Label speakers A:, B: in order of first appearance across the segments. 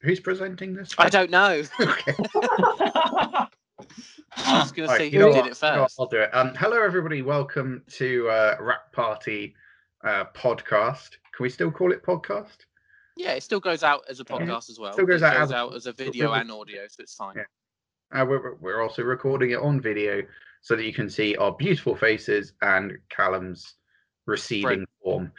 A: Who's presenting this?
B: I don't know.
A: Okay.
B: I was going to
A: All
B: say
A: right, you
B: who
A: know
B: did
A: what?
B: it
A: You know what?
B: first.
A: I'll do it. Um, hello, everybody. Welcome to uh, Rap Party uh, podcast. Can we still call it podcast?
B: Yeah, it still goes out as a podcast as well.
A: Still goes
B: It
A: out as-
B: out as a video and audio, so it's fine.
A: Yeah. Uh, we're, we're also recording it on video so that you can see our beautiful faces and Callum's receding form.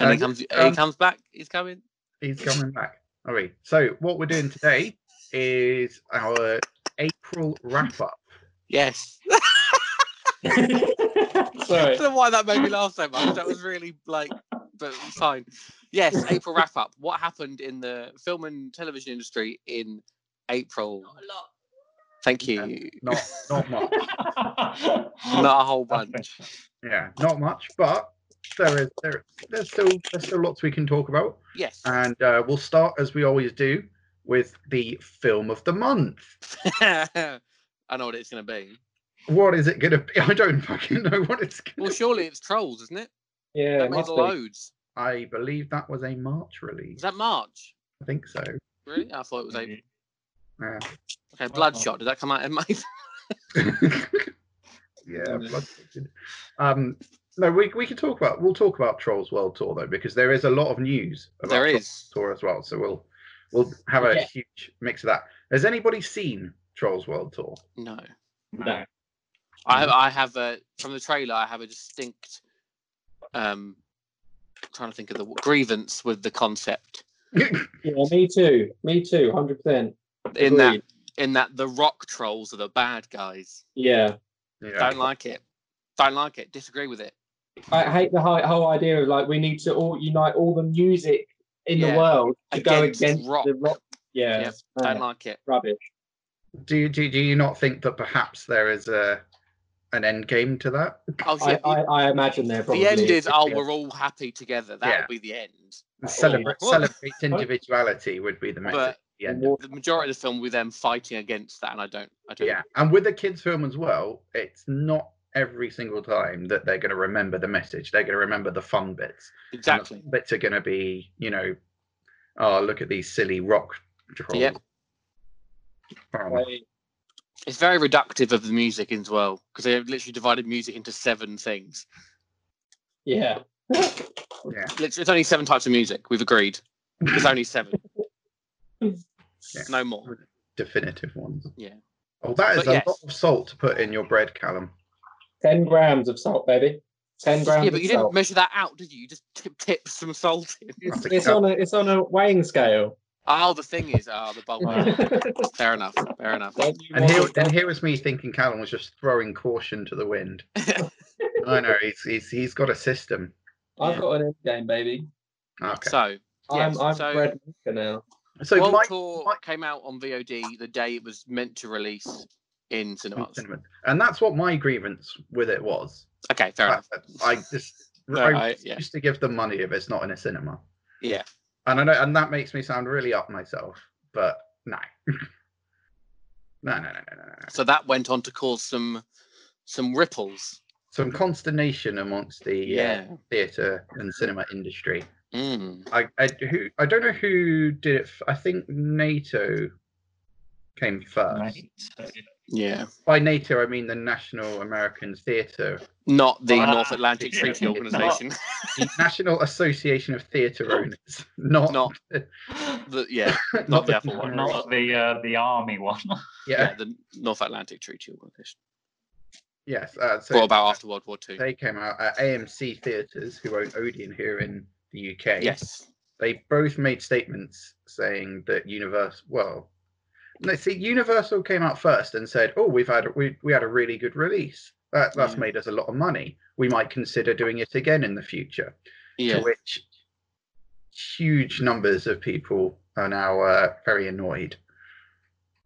B: And
A: Uh,
B: he comes.
A: um,
B: he comes back. He's coming.
A: He's coming back. All right. So what we're doing today is our April wrap up.
B: Yes. I
C: Sorry.
B: don't know why that made me laugh so much. That was really like, but it's fine. Yes, April wrap up. What happened in the film and television industry in April?
D: Not a lot.
B: Thank you.
A: Not not much.
B: Not a whole bunch.
A: Yeah, not much, but there is there there's still there's still lots we can talk about.
B: Yes.
A: And uh, we'll start as we always do with the film of the month.
B: I know what it's going to be.
A: What is it gonna be? I don't fucking know what it's gonna
B: Well, surely it's Trolls, isn't it?
C: Yeah,
B: That
C: it
B: made
C: must be.
B: loads.
A: I believe that was a March
B: Is
A: release.
B: that March?
A: I think so. Uh,
B: Really? I thought it was April.
A: Yeah.
B: Okay, Bloodshot. Did that come out in May?
A: yeah.
B: Mm.
A: blood related. Um, no, we we can talk about we'll talk about Trolls World Tour though because there is a lot of news about
B: there
A: Trolls
B: is.
A: Tour as well. So we'll we'll have a
C: Yeah.
A: huge mix of that. Has anybody seen Trolls World Tour?
B: No.
C: No.
B: I have, I have a from the trailer. I have a distinct um trying to think of the w- grievance with the concept
C: Yeah, me too. Me too. Hundred percent.
B: in that in that the rock trolls are the bad guys.
C: Yeah,
A: yeah.
B: Don't like it. Don't like it. Disagree with it.
C: I hate the hi- whole idea of like we need to all unite all the music in
B: Yeah.
C: the world to go
B: Against
C: against
B: rock.
C: the rock. Yeah,
B: Yep.
C: uh,
B: Don't like it.
C: rubbish.
A: Do you do, do you not think that perhaps there is a an end game to that?
B: Oh
C: I,
B: shit.
C: I, I imagine they're probably
B: the end is oh
A: yeah.
B: we're all happy together. That'll
A: Yeah.
B: be the end.
A: Celebrate,
B: Well-
A: celebrate individuality would be the message.
B: But-
A: at the end.
C: War-
B: The majority of the film with them fighting against that, and I don't. I don't.
A: Yeah, and with a kids' film as well, it's not every single time that they're going to remember the message. They're going to remember the fun bits. And the
B: Exactly.
A: fun bits are going to be, you know, oh look at these silly rock trolls.
B: Yep.
A: Um,
C: I-
B: It's very reductive of the music as well because they have literally divided music into seven things.
C: yeah.
B: Literally, it's only seven types of music. We've agreed. There's only seven. No more.
A: definitive ones.
B: Yeah.
A: Oh, that is
B: But
A: a
B: yes.
A: lot of salt to put in your bread, Callum.
C: Ten grams of salt, baby. Ten grams.
B: Yeah, but
C: of
B: you
C: salt.
B: didn't measure that out, did you? You just tip, tipped some salt in.
C: It's,
A: That's a
C: it's
A: cup.
C: on a it's on a weighing scale.
B: Oh, the thing is, oh, the bulk. Fair enough. Fair enough.
C: Don't you
A: And
C: want
A: here,
C: to-
A: and here was me thinking Callum was just throwing caution to the wind. I know he's he's he's got a system.
C: I've got an end game, baby.
A: Okay.
B: So, yes,
C: I'm I'm
B: so-
C: bread maker now.
A: So
B: World
A: my
B: Tour
A: Mike-
B: came out on VOD the day it was meant to release in cinemas.
A: Cinnamon. And that's what my grievance with it was.
B: Okay, fair enough.
A: I- I just
B: No,
A: I
B: I-
A: refuse
B: yeah.
A: to give them money if it's not in a cinema.
B: Yeah.
A: And I know, and that makes me sound really up myself, but no. no, no, no, no, no, no.
B: So that went on to cause some some ripples.
A: Some consternation amongst the
B: Yeah.
A: uh, theatre and cinema industry.
B: Mm.
A: I, I who I don't know who did it. F- I think NATO came first.
B: Yeah.
A: By NATO, I mean the National American Theatre
B: Not the
C: Ah,
B: North Atlantic
A: yeah.
B: Treaty
A: Not-
B: Organization.
A: the National Association of Theatre Owners, not
B: Oh. Not the yeah,
A: not,
B: not
A: the
B: the Apple one.
E: Not the uh, the army one.
A: Yeah,
B: yeah, the North Atlantic Treaty Organization.
A: yes. Uh,
B: Brought
A: so
B: about after World War Two.
A: they came out at AMC Theatres, who own Odeon here in the UK.
B: Yes.
A: they both made statements saying that Universal. Well, no, see, Universal came out first and said, "Oh, we've had we we had a really good release. That that's
B: Yeah.
A: made us a lot of money. We might consider doing it again in the future."
B: Yeah.
A: to which huge numbers of people are now uh, very annoyed.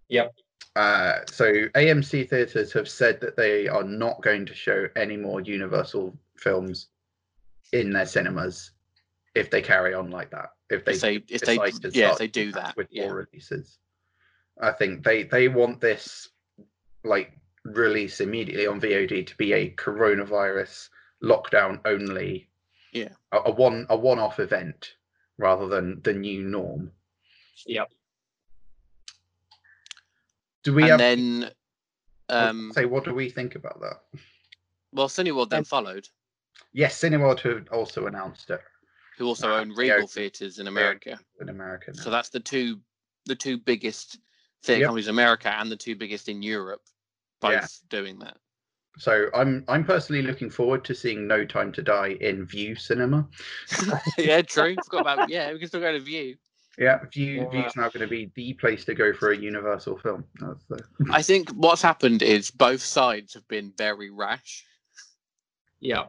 C: Yep.
A: Uh, so AMC theaters have said that they are not going to show any more Universal films in their cinemas if they carry on like that. If they,
B: If they if they
A: decide to
B: yeah,
A: start
B: if they do that.
A: with
B: Yeah.
A: more releases, I think they they want this like release immediately on VOD to be a coronavirus lockdown only.
B: Yeah.
A: A, a one a one off event rather than the new norm.
C: Yep.
A: Do we
B: and
A: have
B: then, um,
A: say what do we think about that?
B: well, Cineworld then followed,
A: Yes, Cineworld have also announced it
B: who also
A: Ah,
B: own Regal
A: yeah.
B: Theatres in America.
A: in America. Now.
B: So that's the two, the two biggest theatre
A: Yep.
B: companies in America and the two biggest in Europe, both
A: Yeah.
B: doing that.
A: So I'm I'm personally looking forward to seeing No Time to Die in View Cinema.
B: yeah, true. Forgot about. Yeah, we can still go to View.
A: Yeah, View
C: Yeah.
A: View's now going to be the place to go for a Universal film. That's the,
B: I think what's happened is both sides have been very rash.
C: Yeah.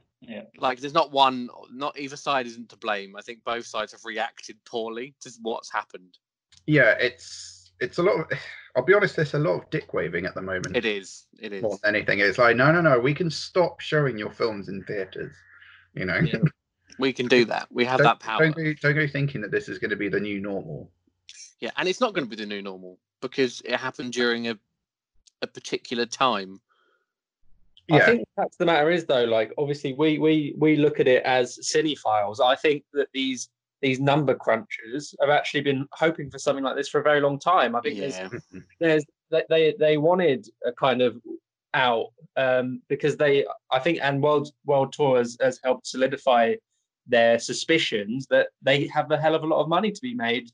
B: Like, there's not one, not either side isn't to blame. I think both sides have reacted poorly to what's happened.
A: yeah, it's it's a lot of. I'll be honest, there's a lot of dick waving at the moment.
B: It is. It is.
A: More than anything, it's like no, no, no. We can stop showing your films in theaters. You know,
C: Yeah.
B: We can do that. We have that
A: don't,
B: power.
A: don't go don't go thinking that this is going to be the new normal.
B: Yeah, and it's not going to be the new normal because it happened during a a particular time.
C: I
A: Yeah,
C: think the fact of the matter is though, like obviously we we we look at it as cinephiles. I think that these these number crunchers have actually been hoping for something like this for a very long time. I think there's
B: Yeah.
C: there's they- they they wanted a kind of out um, because they I think and World World Tour has, has helped solidify their suspicions that they have a hell of a lot of money to be made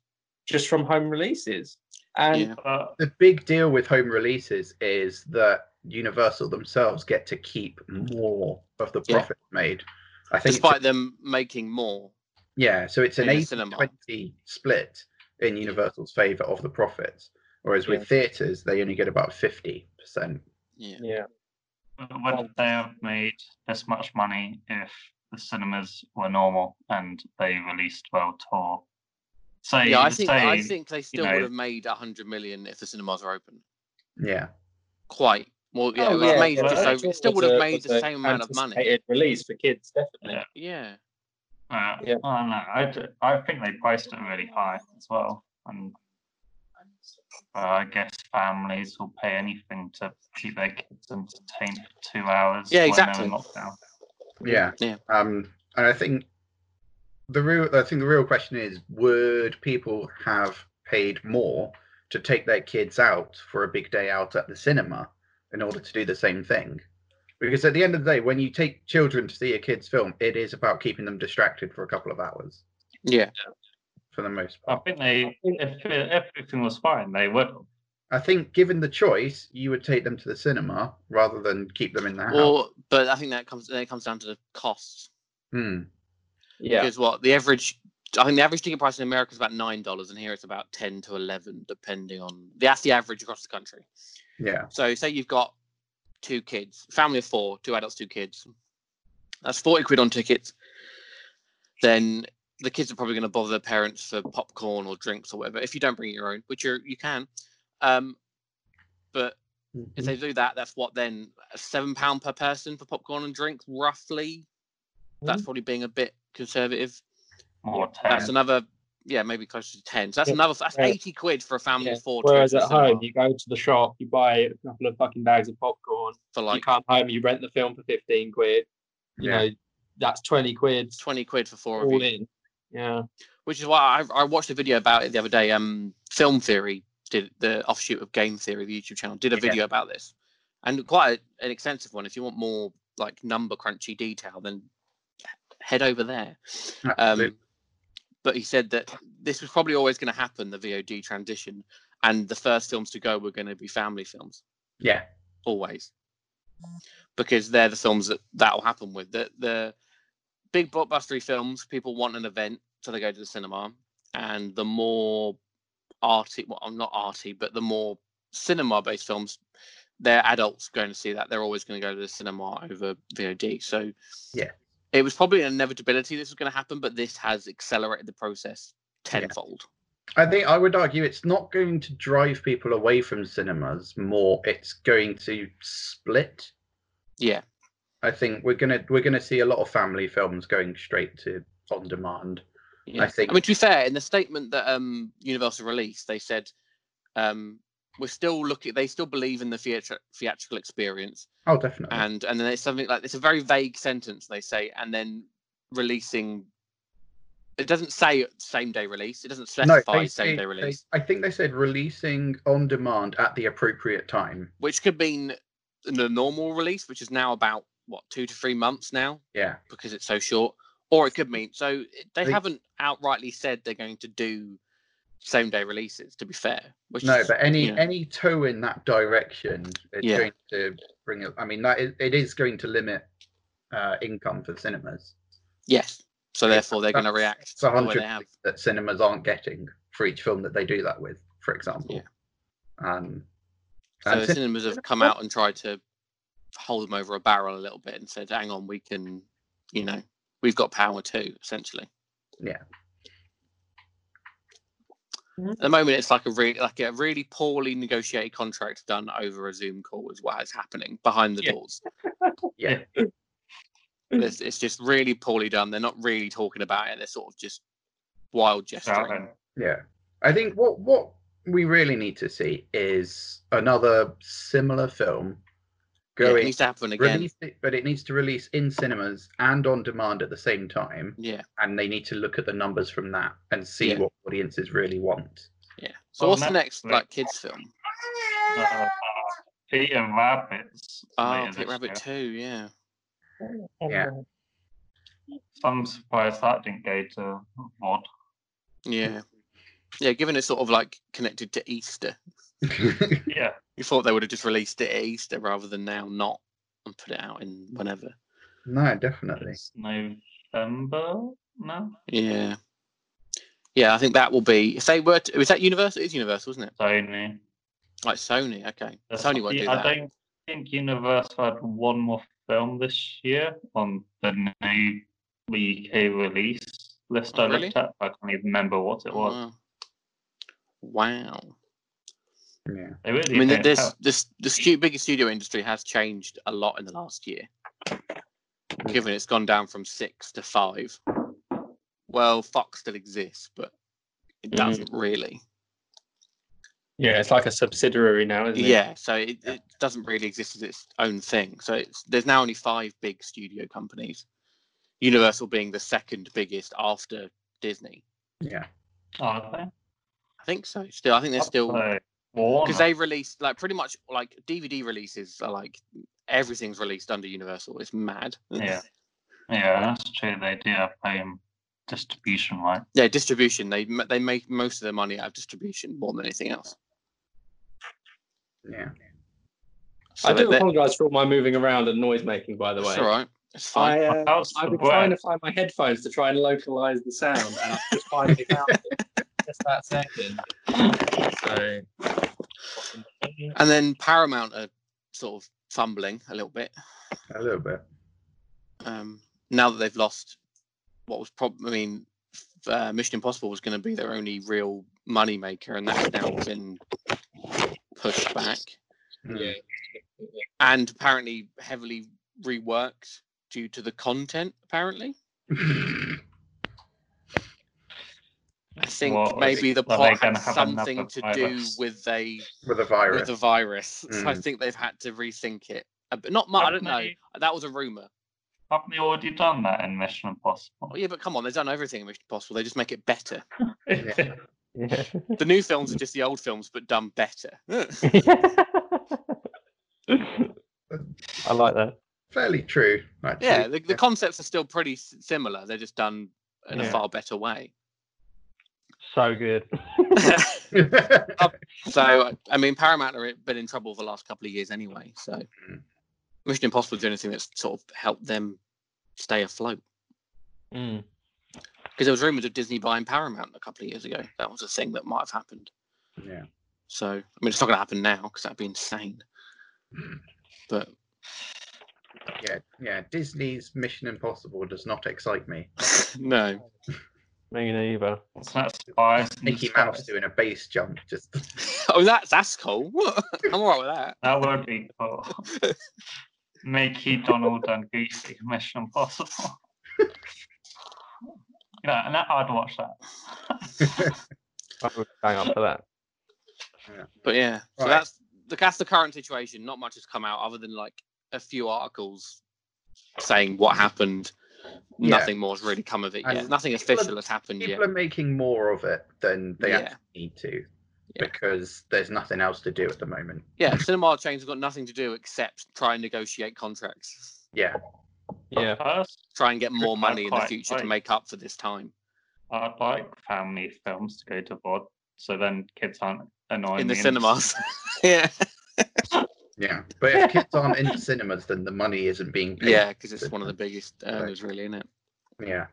C: just from home releases. And uh,
B: yeah.
E: But
A: the big deal with home releases is that Universal themselves get to keep more of the
B: Yeah.
A: profit made. I think, it's-
B: Despite them making more.
A: yeah, so it's an
B: in the
A: 80
B: cinema.
A: 20 split in Universal's favor of the profits, whereas
C: Yeah.
A: with theaters, they only get about 50%.
B: Yeah.
C: yeah,
E: would they have made this much money if the cinemas were normal and they released World Tour? Say,
B: Yeah, I think
E: say
B: I think they still
E: know-
B: would have made a hundred million if the cinemas are open.
A: Yeah,
B: Quite. Well, yeah,
C: Oh,
B: it was
E: yeah,
B: made
E: well,
B: just
E: that
B: over, it still would
C: was
B: have
C: a-
B: made
C: was
B: the
C: a
B: same amount of money.
C: anticipated release for kids, definitely.
E: Yeah.
B: Yeah.
E: uh,
C: Yeah.
E: I don't know. I, d- I think they priced it really high as well, and uh, I guess families will pay anything to keep their kids entertained for two hours.
B: Yeah,
E: when they're
B: exactly.
E: in lockdown.
A: yeah,
B: Yeah.
A: Um, and I think the real I think the real question is: Would people have paid more to take their kids out for a big day out at the cinema in order to do the same thing? Because at the end of the day, when you take children to see a kid's film, it is about keeping them distracted for a couple of hours,
B: Yeah.
A: for the most
E: I
A: part.
E: think they, if, if everything was fine, they would.
A: I think, given the choice, you would take them to the cinema rather than keep them in the house.
B: Or but I think that comes then it comes down to the costs.
A: Hmm.
C: Yeah.
B: Because what the average I think the average ticket price in America is about nine dollars and here it's about ten to eleven, depending on that's the average across the country.
A: Yeah,
B: So say you've got two kids, family of four, two adults, two kids. That's forty quid on tickets. Then the kids are probably going to bother their parents for popcorn or drinks or whatever. If you don't bring your own, which you you can, um, but if they do that, that's what then seven pound per person for popcorn and drink, roughly. That's probably being a bit conservative.
E: More
B: That's
E: tax.
B: another, yeah, maybe closer to ten. So that's
C: Yeah.
B: another. That's
C: Yeah.
B: eighty quid for a family
C: Yeah.
B: of four. to go
C: Whereas
B: to the
C: at home,
B: cinema
C: you go to the shop, you buy a couple of fucking bags of popcorn,
B: for
C: you
B: like
C: come home, you rent the film for 15 quid, you
A: yeah,
C: know, that's 20 quid
B: twenty quid for four of you.
C: all in. Yeah.
B: which is why I, I watched a video about it the other day. Um, Film Theory did the offshoot of Game Theory, the YouTube channel, did a
A: Yeah.
B: video about this, and quite a, an extensive one. If you want more like number crunchy detail, then head over there. Um,
A: absolutely.
B: but he said that this was probably always going to happen, the VOD transition, and the first films to go were going to be family films
A: yeah,
B: always because they're the films that that will happen with the the big blockbustery films people want an event so they go to the cinema and the more arty well i'm not arty but the more cinema based films they're adults going to see that they're always going to go to the cinema over vod so
A: Yeah.
B: it was probably an inevitability this was going to happen but this has accelerated the process
A: Yeah.
B: tenfold
A: I think I would argue it's not going to drive people away from cinemas more. It's going to split.
B: yeah
A: I think we're gonna we're gonna see a lot of family films going straight to on demand.
B: Yeah.
A: I think-
B: mean, to be fair, in the statement that um, Universal released, they said um, we're still looking. They still believe in the theatri- theatrical experience,
A: Oh, definitely.
B: and and then it's something like it's a very vague sentence they say, and then releasing. It doesn't say same day release. It doesn't specify
A: they say-
B: same day
A: they-
B: release,
A: I think they said releasing on demand at the appropriate time.
B: which could mean the normal release, which is now about what two to three months now
A: Yeah.
B: because it's so short, or it could mean so it- they
A: They-
B: haven't outrightly said they're going to do same day releases. To be fair, which
A: No,
B: is,
A: but any
B: yeah.
A: any toe in that direction is
B: Yeah.
A: going to bring it. I mean, that is, it is going to limit uh, income for cinemas.
B: yes, so therefore they're going to
A: That's-
B: react
A: It's
B: the
A: a
B: way Oh, they
A: hundred
B: have.
A: that cinemas aren't getting for each film that they do that with, for example. Um,
B: So
A: and
B: the
A: cin-
B: cinemas have come out and tried to hold them over a barrel a little bit and said, "Hang on, we can, you know, we've got power too." Essentially,
A: Yeah.
C: Mhm.
B: At the moment, it's like a re- like a really poorly negotiated contract done over a Zoom call is what is happening behind the
C: Yeah.
B: doors.
A: yeah,
B: It's, it's just really poorly done. They're not really talking about it. They're sort of just wild gesturing.
E: Shouting.
A: yeah. I think what what we really need to see is another similar film
B: Yeah, it
A: going
B: needs to happen again.
A: release it, but it needs to release in cinemas and on demand at the same time.
B: Yeah,
A: And they need to look at the numbers from that and see
B: Yeah.
A: what audiences really want.
B: yeah. So
E: Well,
B: what's the
E: now-
B: next like kids film?
E: Uh, Pete and Rabbits.
B: Oh,
E: later
B: Pit
E: this
B: Rabbit
E: year.
B: Two. Yeah.
A: Yeah.
E: I'm surprised that didn't go to VOD. Mm.
B: Yeah. Yeah, given it's sort of like connected to Easter,
E: Yeah,
B: you thought they would have just released it at Easter rather than now not and put it out in whenever.
A: no, definitely.
E: it's November. No,
B: Yeah. Yeah, I think that will be if they were to, was that Universal? It's Universal, isn't it?
E: Sony.
B: Like Sony, okay.
E: That's-
B: Sony won't do
E: I
B: that.
E: don't think Universal had one more film this year on the new UK release list
B: Oh,
E: I
B: really? Mm.
E: looked at. I can't even remember what it was.
B: Wow. Wow.
A: Yeah.
E: They really
B: I mean,
E: don't
B: this
E: help.
B: this the stu- bigger studio industry has changed a lot in the last year, given it's gone down from six to five. Well, Fox still exists, but it
C: Mhm.
B: doesn't really.
C: Yeah, it's like a subsidiary now, isn't it?
B: Yeah, so it, it doesn't really exist as its own thing. So it's, there's now only five big studio companies, Universal being the second biggest after Disney.
A: Yeah.
E: Are they?
B: I think so. Still, I think they're still
E: Because
B: because they release like pretty much like DVD releases are like everything's released under Universal. It's mad.
E: Yeah. Yeah, that's true. They do have um, distribution right.
B: yeah. Distribution. They m- they make most of their money out of distribution more than anything else.
A: Yeah.
B: So
C: I do
B: they-
C: apologize for all my moving around and noise making, by the
B: It's
C: way.
B: all right. It's fine.
C: I, uh,
E: How's
C: I've
E: the
C: been trying to
E: bread?
C: find my headphones to try and localize the sound, and I've just finally found it just that second. So,
B: And then Paramount are sort of fumbling a little bit.
A: A little bit.
B: um, now that they've lost what was probably, I mean, f- uh, Mission Impossible was going to be their only real money maker, and that's now been pushed back
A: Mm.
C: yeah.
B: and apparently heavily reworked due to the content. Apparently, I think
E: What was-
B: maybe the
E: were they
B: plot had
E: gonna have another
B: something to do
E: virus?
B: with a
A: With a
B: with
A: virus.
B: the virus. So I
A: Mm.
B: think they've had to rethink it. Uh, But not much. I don't
E: Haven't
B: know.
E: they-
B: That was a rumor.
E: Haven't they already done that in Mission Impossible?
B: Oh, yeah, but come on, they've done everything in Mission Impossible. They just make it better.
A: Yeah.
B: the new films are just the old films, but done better.
D: I like that.
A: Fairly true. Actually.
B: Yeah, the, the concepts are still pretty s- similar. They're just done in a
D: Yeah.
B: far better way.
D: So good.
B: so, I mean, Paramount have been in trouble for the last couple of years anyway. So,
A: Mm.
B: Mission Impossible is the only thing that's sort of helped them stay afloat.
D: Mm.
B: Because there was rumors of Disney buying Paramount a couple of years ago. That was a thing that might have happened.
A: yeah.
B: So, I mean, it's not going to happen now because that'd be insane.
A: Mm.
B: But
A: Yeah. Yeah. Disney's Mission Impossible does not excite me.
B: no,
D: Me neither.
E: It's not spies. in
A: Mickey
E: disguise.
A: Mouse doing a base jump just
B: oh, that's that's cool. I'm all right with that.
E: That would be cool. Mickey, Donald, and Goofy, Mission Impossible. yeah, and that, I'd watch that.
D: I would hang up for that.
B: But yeah, so
A: Right.
B: that's the that's the current situation. Not much has come out other than like a few articles saying what happened.
A: Yeah.
B: Nothing more has really come of it
A: And
B: yet. Nothing
A: people are-
B: official has happened
A: People
B: yet.
A: are making more of it than they
B: Yeah.
A: actually need to
B: Yeah.
A: because there's nothing else to do at the moment.
B: Yeah, cinema chains have got nothing to do except try and negotiate contracts,
A: Yeah.
D: Yeah.
E: First,
B: try and get more
E: I'm
B: money in the
E: quite
B: future to
E: right.
B: make up for this time
E: I'd like family films to go to VOD, so then kids aren't annoying
B: in the
E: me
B: cinemas. yeah,
A: Yeah. But if kids aren't into cinemas, then the money isn't being paid.
B: yeah, because it's one of the biggest earners, really, isn't it?
A: Yeah.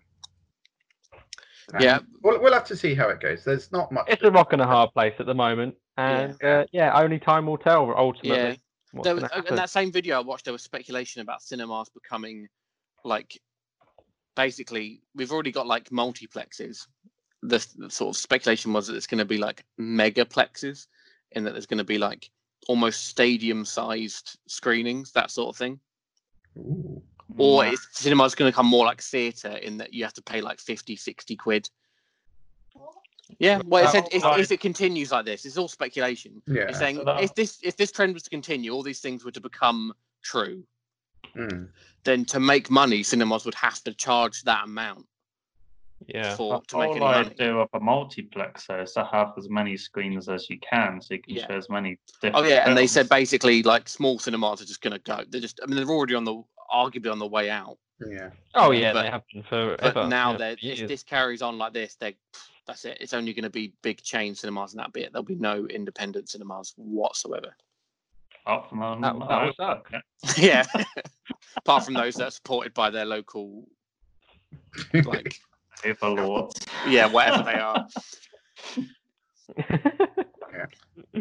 A: Um,
B: Yeah.
A: We'll, we'll have to see how it goes. There's not much.
D: It's a rock and a hard place at the moment, and yeah, uh, yeah only time will tell. Ultimately,
B: Yeah.
D: what's
B: There was, uh,
D: gonna
B: in
D: happen.
B: that same video I watched, there was speculation about cinemas becoming like basically we've already got like multiplexes. The, s- the sort of speculation was that it's going to be like megaplexes, in that there's going to be like almost stadium-sized screenings, that sort of thing.
A: Ooh.
E: In
B: Or
E: Nah,
B: it's, cinema's going to come more like theatre, in that you have to pay like 50, 60 quid. Yeah, well, it
D: That-
B: said if,
D: that-
B: if it continues like this, it's all speculation.
A: Yeah.
B: It's saying
E: So that-
B: if this if this trend was to continue, all these things were to become true,
A: Mm.
B: then to make money, cinemas would have to charge that amount
D: yeah.
B: for to make any
E: all I
B: money.
E: do of a multiplexer is to have as many screens as you can, so you can
B: Yeah.
E: show as many. Different
B: Oh yeah, and they
E: films.
B: said basically like small cinemas are just going to go. They're just I mean they're already on the arguably on the way out,
A: Yeah.
D: Oh yeah,
B: but-
D: they happen for.
B: but now
D: yeah,
B: they're
D: for
B: if
D: years.
B: this carries on like this, they that's it. It's only going to be big chain cinemas and that bit. There'll be no independent cinemas whatsoever.
E: Apart from um,
D: That- that
E: I-
D: would suck.
B: yeah, apart from those that are supported by their local like
E: overlords.
B: yeah whatever they are.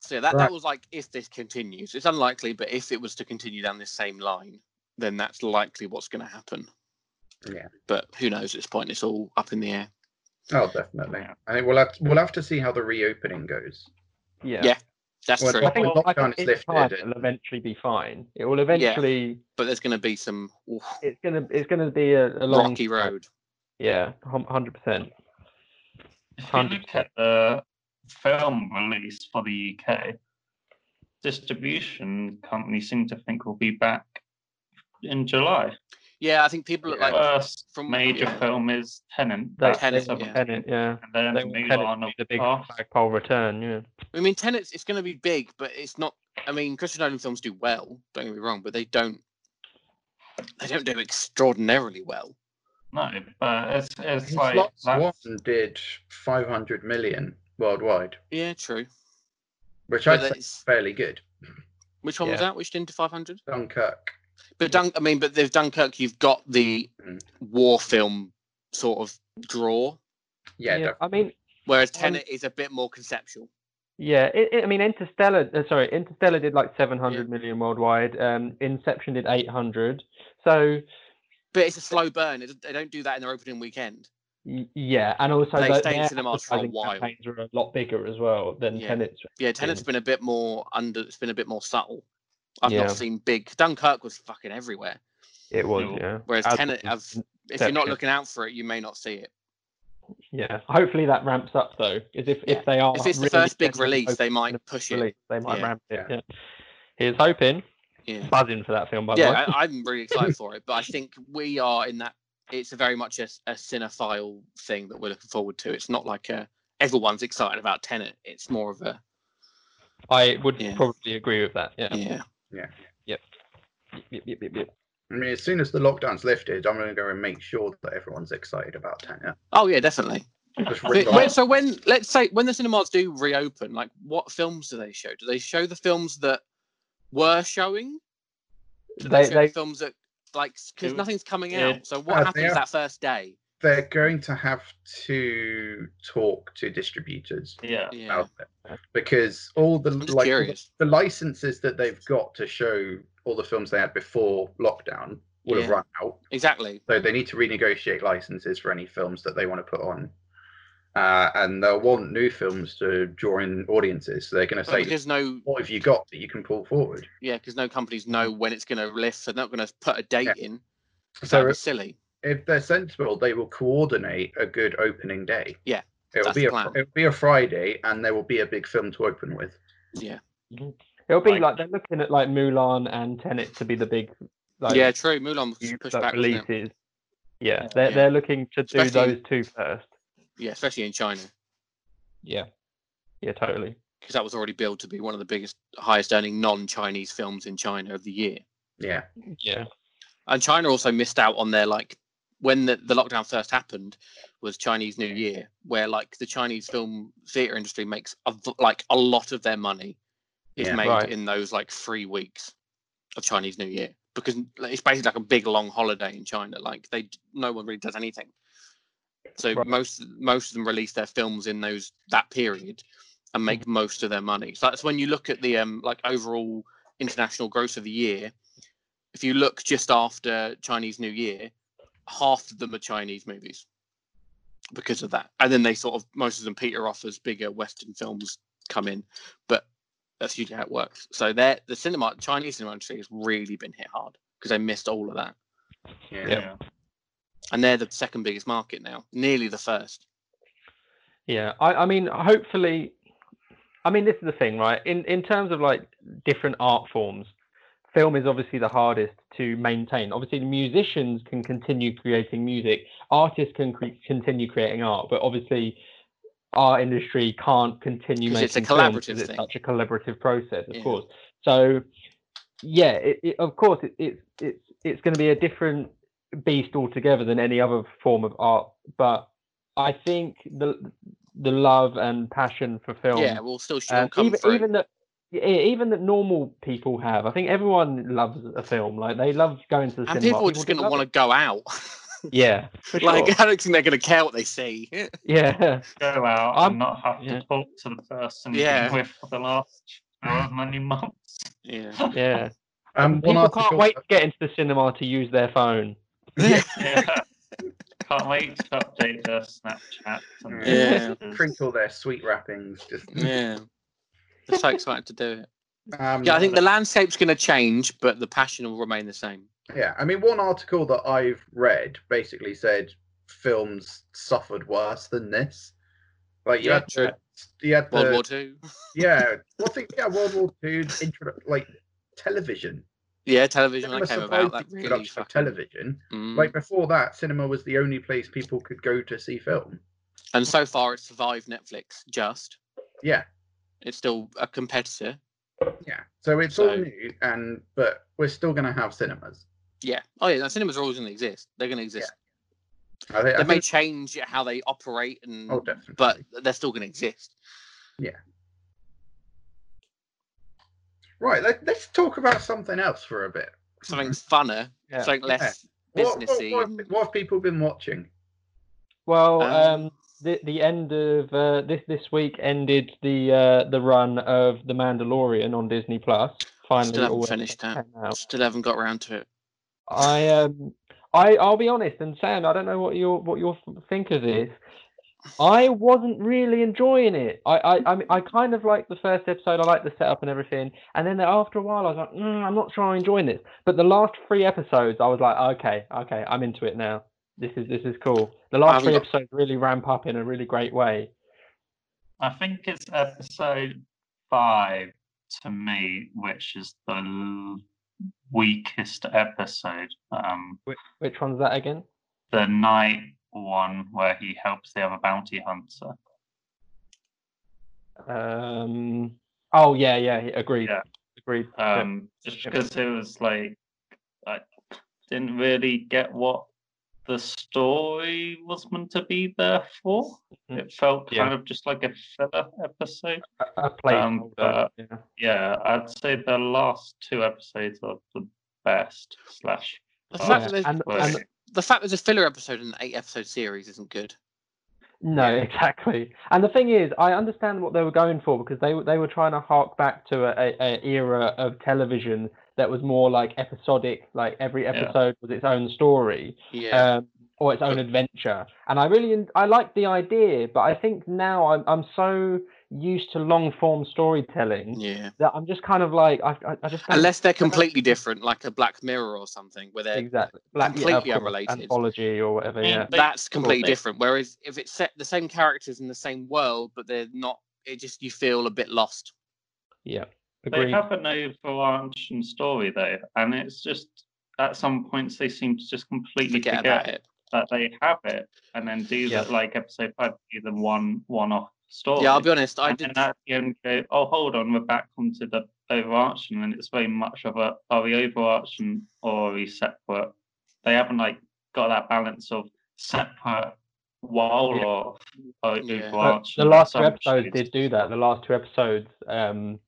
B: So yeah, that,
A: Right.
B: that was like if this continues, it's unlikely, but if it was to continue down this same line, then that's likely what's going to happen.
A: Yeah.
B: But who knows at this point? It's all up in the air.
A: Oh, definitely.
E: Yeah.
A: I think we'll have we'll have to see how the reopening goes.
D: yeah.
B: Yeah, That's
A: Well,
B: true.
D: I think,
A: Well,
D: I
A: lockdown
D: think
A: is lifted
D: it's fine.
A: and-
D: It'll eventually be fine. It will eventually.
B: but there's going to be some oof,
D: It's gonna. It's gonna be a, a long
B: rocky road.
D: Yeah, hundred percent.
E: If you look at the film release for the UK, distribution companies seem to think we'll be back in July.
B: Yeah, I think people are
A: Yeah.
B: like,
E: First
B: from-
E: major
B: yeah.
E: film is Tenant.
D: That
B: Tenet,
E: seven-
B: yeah.
D: Tenant, yeah.
E: And then
D: They want Tenet to
E: Mulan will
D: be the big
E: pass.
D: flagpole return, yeah.
B: I mean, Tenet's it's going to be big, but it's not. I mean, Christopher Nolan films do well. Don't get me wrong, but they don't. They don't do extraordinarily well.
E: No, but it's it's
A: His
E: like
A: Lost
E: that's,
A: One did 500 million worldwide,
B: Yeah, true.
A: which
B: But
A: I'd say is
B: that's-
A: fairly good.
B: Which one was
D: Yeah.
B: that? Which into five hundred?
A: Dunkirk.
B: But Dunk, I mean, but there's Dunkirk. You've got the
A: Mm.
B: war film sort of draw,
A: Yeah,
D: I mean,
B: whereas
D: Um,
B: Tenet is a bit more conceptual.
D: yeah. It, it- I mean, Interstellar. Uh, sorry, Interstellar did like seven hundred million worldwide. Um, Inception did eight hundred. So
B: But it's a slow burn. It, they don't do that in their opening weekend.
D: y- yeah, and also
B: They
D: tho-
B: stayed in
D: their
B: cinemas for a
D: advertising
B: while.
D: campaigns were a lot bigger as well than
B: Yeah.
D: Tenet's.
B: Yeah, Tenet's been a bit more under. It's been a bit more subtle. I've
D: Yeah.
B: not seen big. Dunkirk was fucking everywhere.
D: It was,
E: No.
D: yeah.
B: Whereas
D: As
B: Tenet,
D: was
B: I've, if you're not
D: Inception.
B: looking out for it, you may not see it.
D: Yeah. Hopefully that ramps up though. Is if
B: Yeah.
D: if they are
B: If it's the
D: Oh, really
B: first big
D: genuinely
B: release, they might
D: open
B: push
D: to
B: it.
D: release, they might
B: Yeah.
D: ramp it. Yeah. Here's hoping.
B: Yeah,
D: Buzzing for that film, by the way.
B: yeah. I, I'm really excited for it, but I think we are in that. It's a very much a, s- a cinephile thing that we're looking forward to. It's not like a, everyone's excited about Tenet. It's more of a um,
D: I would
B: Yeah.
D: probably agree with that. Yeah.
B: yeah.
D: Yep, yep, yep, yep.
A: I mean, as soon as the lockdown's lifted, I'm going to go and make sure that everyone's excited about Tenet.
B: Oh yeah, definitely.
A: Just
B: But-
A: rip
B: when-
A: off.
B: so when let's say when the cinemas do reopen, like what films do they show? Do they show the films that were showing? Do they,
D: They,
B: show
D: they,
B: the films that like because
E: It-
B: nothing's coming
E: it-
B: out? So what
A: uh, they
B: happens
A: are-
B: that first day?
A: They're going to have to talk to distributors
E: yeah.
B: Yeah,
A: about it because all the
B: I'm just
A: like
B: curious.
A: the licenses that they've got to show all the films they had before lockdown will have
B: Yeah.
A: run out.
B: Exactly.
A: So they need to renegotiate licenses for any films that they want to put on. Uh, and they'll want new films to draw in audiences. So they're going to
B: But
A: say,
B: because no,
A: what have you got that you can pull forward?
B: yeah, because no companies know when it's going to lift, so they're not going to put a date
A: Yeah.
B: in. That'd
A: So
B: be silly.
A: if they're sensible, they will coordinate a good opening day. It'll
B: That's
A: be
B: the
A: a
B: plan.
A: it'll be a Friday, and there will be a big film to open with.
B: Yeah.
D: It'll be
E: Like-
D: like they're looking at like Mulan and Tenet to be the big like
B: yeah, true. Mulan was
D: huge,
B: pushed
D: like,
B: back. wasn't it?
D: releases. Yeah,
E: Yeah.
D: they're
B: Yeah.
D: they're looking to do
B: Especially-
D: those two first.
B: Yeah, especially in China,
D: Yeah, yeah, totally.
B: because that was already billed to be one of the biggest, highest earning non Chinese films in China of the year.
A: Yeah,
D: Yeah,
B: And China also missed out on their like when the, the lockdown first happened was Chinese New Year, where like the Chinese film theater industry makes a, v- like a lot of their money is
A: Yeah.
B: made
D: Right.
B: in those like three weeks of Chinese New Year because like, it's basically like a big long holiday in China. Like they d- no one really does anything, so
D: Right.
B: most most of them release their films in those that period and make
D: Mm-hmm.
B: most of their money. So that's when you look at the um like overall international gross of the year. If you look just after Chinese New Year, half of them are Chinese movies because of that. And then they sort of most of them peter off as bigger Western films come in, but that's usually how it works. So they're the cinema Chinese cinema industry has really been hit hard because they missed all of that,
A: yeah,
D: Yeah.
B: and they're the second biggest market now, nearly the first.
D: yeah. I I mean, hopefully, I mean, this is the thing, right? In in terms of like different art forms, film is obviously the hardest to maintain. Obviously, the musicians can continue creating music, artists can cre- continue creating art, but obviously, our industry can't continue
B: 'Cause
D: making
B: it's a
D: films 'cause
B: collaborative
D: it's
B: thing.
D: such a collaborative process, of
B: Yeah.
D: course. So, yeah, it, it, of course, it, it's it's it's going to be a different beast altogether than any other form of art, but I think the the love and passion for film
B: Yeah, we'll still sure
D: um,
B: come
D: even,
B: through.
D: even that yeah, even that normal people have. I think everyone loves a film. Like they love going to the
B: and
D: cinema.
B: people are just going to want to go out.
D: to. Yeah, for
B: like
D: sure.
B: I don't think they're going to care what they see.
D: yeah,
E: Go out
D: I'm-
E: and not have to
D: yeah.
E: talk to the person
B: Yeah.
E: you've been with for the last however many months.
B: Yeah.
D: yeah.
A: Um, one
D: people can't
A: article-
D: wait to get into the cinema to use their phone.
E: Yeah. Can't wait to update their Snapchat. And
B: Yeah.
A: Crinkle their sweet wrappings. Just
B: yeah. They're so excited to do it.
A: um,
B: Yeah, I think the landscape's going to change, but the passion will remain the same.
A: Yeah, I mean, one article that I've read basically said films suffered worse than this. Like you
B: Yeah,
A: had,
B: true.
A: you had the
B: World War Two.
A: yeah, well, I think yeah, World War Two intro, like television.
B: Yeah, television
A: Cinema
B: that came
A: survived
B: about. That
A: the
B: really
A: introduction of
B: fucking,
A: television.
B: Mm.
A: Like before that, cinema was the only place people could go to see film.
B: And so far, it's survived Netflix. Just
A: Yeah,
B: it's still a competitor.
A: yeah. So it's all
B: So-
A: new, and but we're still going to have cinemas.
B: Yeah. Oh yeah, no, cinemas are always going to exist. They're going to exist.
A: I thi- I
B: They may
A: think-
B: change how they operate, and
A: oh, definitely.
B: but they're still going to exist.
A: right, let, let's talk about something else for a bit.
B: Something
A: Mm-hmm.
B: funner,
D: Yeah.
B: something less
A: What, what,
B: businessy.
A: what, have- what have people been watching?
D: Well,
B: Um,
D: um, the the end of uh, this this week ended the uh, the run of the Mandalorian on Disney Plus. Finally,
B: haven't
D: all
B: finished that.
D: came out.
B: Still haven't got around to it.
D: I um I I'll be honest and Sam, I don't know what you what you think of this. I wasn't really enjoying it. I I I, mean, I kind of liked the first episode. I liked the setup and everything. And then after a while, I was like, mm, I'm not sure I'm enjoying this. But the last three episodes, I was like, okay, okay, I'm into it now. This is this is cool. The last
E: Um,
B: haven't
D: three
B: got-
D: episodes really ramp up in a really great way.
E: I think it's episode five to me, which is the l- weakest episode. Um,
D: Which one's that again?
E: the night one where he helps the other bounty hunter.
D: Um. Oh yeah, yeah, yeah, agreed,
E: Yeah.
D: agreed. Yeah.
E: Um, just because it was like I didn't really get what the story was meant to be there for.
D: Mhm.
E: It felt
D: Yeah.
E: kind of just like a filler episode.
D: A, a
E: um,
D: placeholder,
E: but-
D: yeah.
E: Yeah, I'd say the last two episodes are the best slash.
B: The
E: Oh,
B: fact
E: yeah.
B: that there's,
D: and,
E: worst.
D: and-
B: the fact there's a filler episode in an eight episode series isn't good.
D: no, exactly. And the thing is, I understand what they were going for because they were- they were trying to hark back to a, a, a era of television that was more like episodic, like every episode was its own story
B: Yeah.
D: um, or its own adventure. And I really en- I like the idea, but I think now I'm I'm so used to long form storytelling
B: Yeah.
D: that I'm just kind of like I I, I just don't-
B: Unless they're completely different, like a Black Mirror or something, where they're
D: exactly
B: completely
D: of course,
B: unrelated.
D: anthology or whatever.
E: Mm.
D: Yeah.
E: They-
B: that's completely
E: they-
B: different. Whereas if it's set the same characters in the same world, but they're not, it just you feel a bit lost.
D: Yeah.
E: They
D: Agreed.
E: have an overarching story though, and it's just at some points they seem to just completely
B: Forget
E: forget,
B: about it.
E: that they have it, and then do
D: Yeah.
E: that like episode five, do the one one-off story.
B: Yeah, I'll be honest. I
E: and then
B: did.
E: at the end go, oh hold on, we're back onto the overarching, and it's very much of a are we overarching or are we separate? They haven't like got that balance of separate while
D: Yeah.
E: or, or
B: Yeah.
D: But
E: overarching.
D: Uh, the last two
E: Some
D: episodes
E: shows-
D: did do that. The last two episodes um,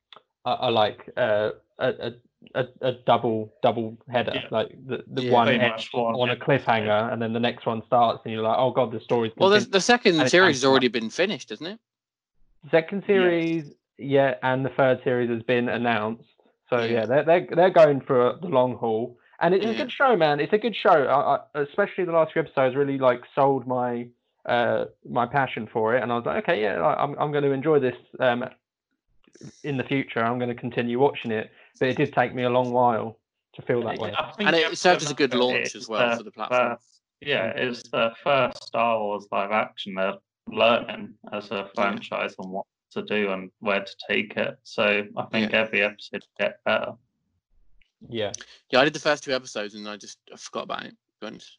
D: are, are like uh, a, a, a, a double double header.
E: Yeah.
D: Like the, the
B: Yeah.
D: one
E: Pretty
D: ends
E: much one
D: on a
E: episode.
D: cliffhanger, and then the next one starts, and you're like, oh god, the story's
B: Well, the,
D: continuing."
B: the second
D: and it
B: series
D: comes
B: has already been finished, isn't it?
D: second series, yeah, and the third series has been announced. So
B: Yeah.
D: yeah, they're they're, they're going for the long haul, and it's
B: Yeah.
D: a good show, man. It's a good show. I, I, especially the last few episodes really like sold my uh my passion for it, and I was like, okay, yeah, I, I'm I'm going to enjoy this um in the future. I'm going to continue watching it, but it did take me a long while to feel that way.
E: I think
B: And it
E: episode
B: served as a good
E: nine
B: launch
E: is
B: as well
D: uh,
E: the
B: for the platform.
E: first- yeah, it's the first Star Wars live action they're learning as a franchise and what to do and where to take it. So I think every episode will get better.
D: Yeah.
B: Yeah, I did the first two episodes and I just I forgot about it. to be honest.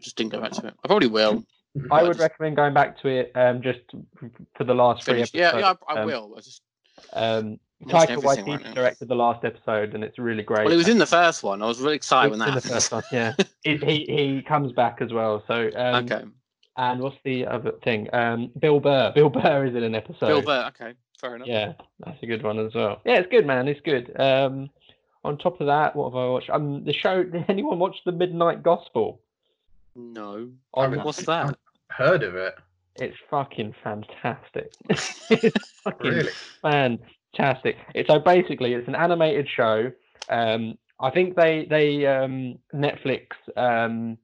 B: Just didn't go back to it. I probably will.
D: I
B: I
D: would
B: just-
D: recommend going back to it um, just for the last three
B: Finish.
D: episodes.
B: Yeah, yeah, I, I
D: um,
B: will. I just,
D: Um,
B: Watching
D: Taika
B: everything right
D: Waititi
B: now.
D: directed the last episode, and it's really great.
B: well, it was in the first one. I was really excited when
D: It's
B: that
D: in
B: happened.
D: the first one, yeah. he, he he comes back as well. So um,
B: okay,
D: And what's the other thing? Um, Bill Burr. Bill Burr is in an episode.
B: Bill Burr. Okay, fair enough.
D: Yeah, that's a good one as well. Yeah, it's good, man. It's good. Um, on top of that, what have I watched? Um, the show. Did anyone watch the Midnight Gospel?
B: No,
D: On
A: haven't.
B: what's that?
A: Heard of it?
D: It's fucking fantastic. it's fucking
A: Really?
D: fantastic. It, so basically, it's an animated show. Um, I think they they um, Netflix um,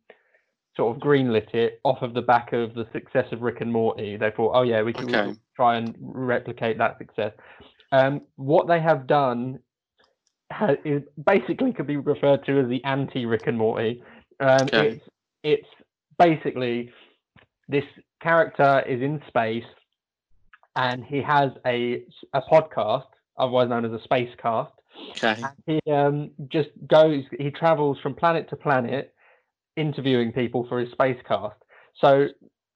D: sort of greenlit it off of the back of the success of Rick and Morty. They thought, oh yeah, we can we
B: Okay.
D: can try and replicate that success. Um, what they have done ha- is basically could be referred to as the anti Rick and Morty. Um,
B: Okay.
D: it's, it's basically this character is in space and he has a, a podcast, otherwise known as a space cast.
B: Okay,
D: He um, just goes, he travels from planet to planet interviewing people for his space cast. So,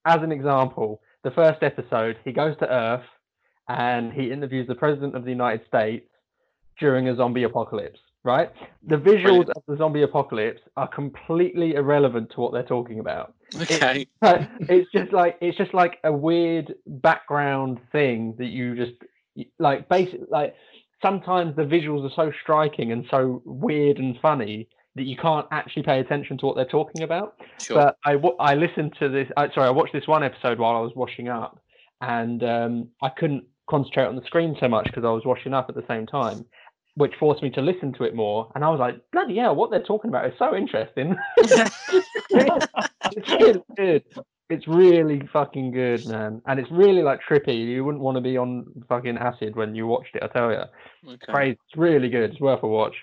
D: as an example, the first episode, he goes to Earth and he interviews the President of the United States during a zombie apocalypse, right? The visuals
B: Brilliant.
D: of the zombie apocalypse are completely irrelevant to what they're talking about.
B: okay.
D: So it's just like it's just like a weird background thing that you just like basically like sometimes the visuals are so striking and so weird and funny that you can't actually pay attention to what they're talking about
B: Sure.
D: but I wa- I listened to this. I, sorry, I watched this one episode while I was washing up, and um, I couldn't concentrate on the screen so much because I was washing up at the same time, which forced me to listen to it more. And I was like, bloody hell, what they're talking about is so interesting. it's really good. It's really fucking good, man. And it's really like trippy. You wouldn't want to be on fucking acid when you watched it. I tell you,
B: okay.
D: crazy. It's really good. It's worth a watch.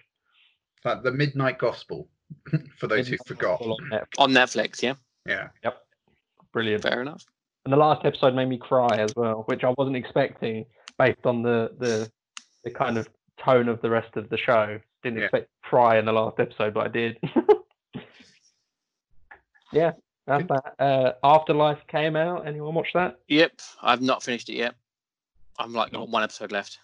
A: Like the Midnight Gospel, for those who
D: Midnight
A: forgot.
D: Gospel on Netflix.
B: On Netflix, yeah.
A: Yeah.
D: Brilliant.
B: Fair enough.
D: and the last episode made me cry as well, which I wasn't expecting based on the the, the kind of tone of the rest of the show. Didn't
A: Yeah.
D: expect to cry in the last episode, but I did. yeah, that's that. Uh, Afterlife came out. Anyone watch that?
B: Yep, I've not finished it yet. I'm like got one episode left.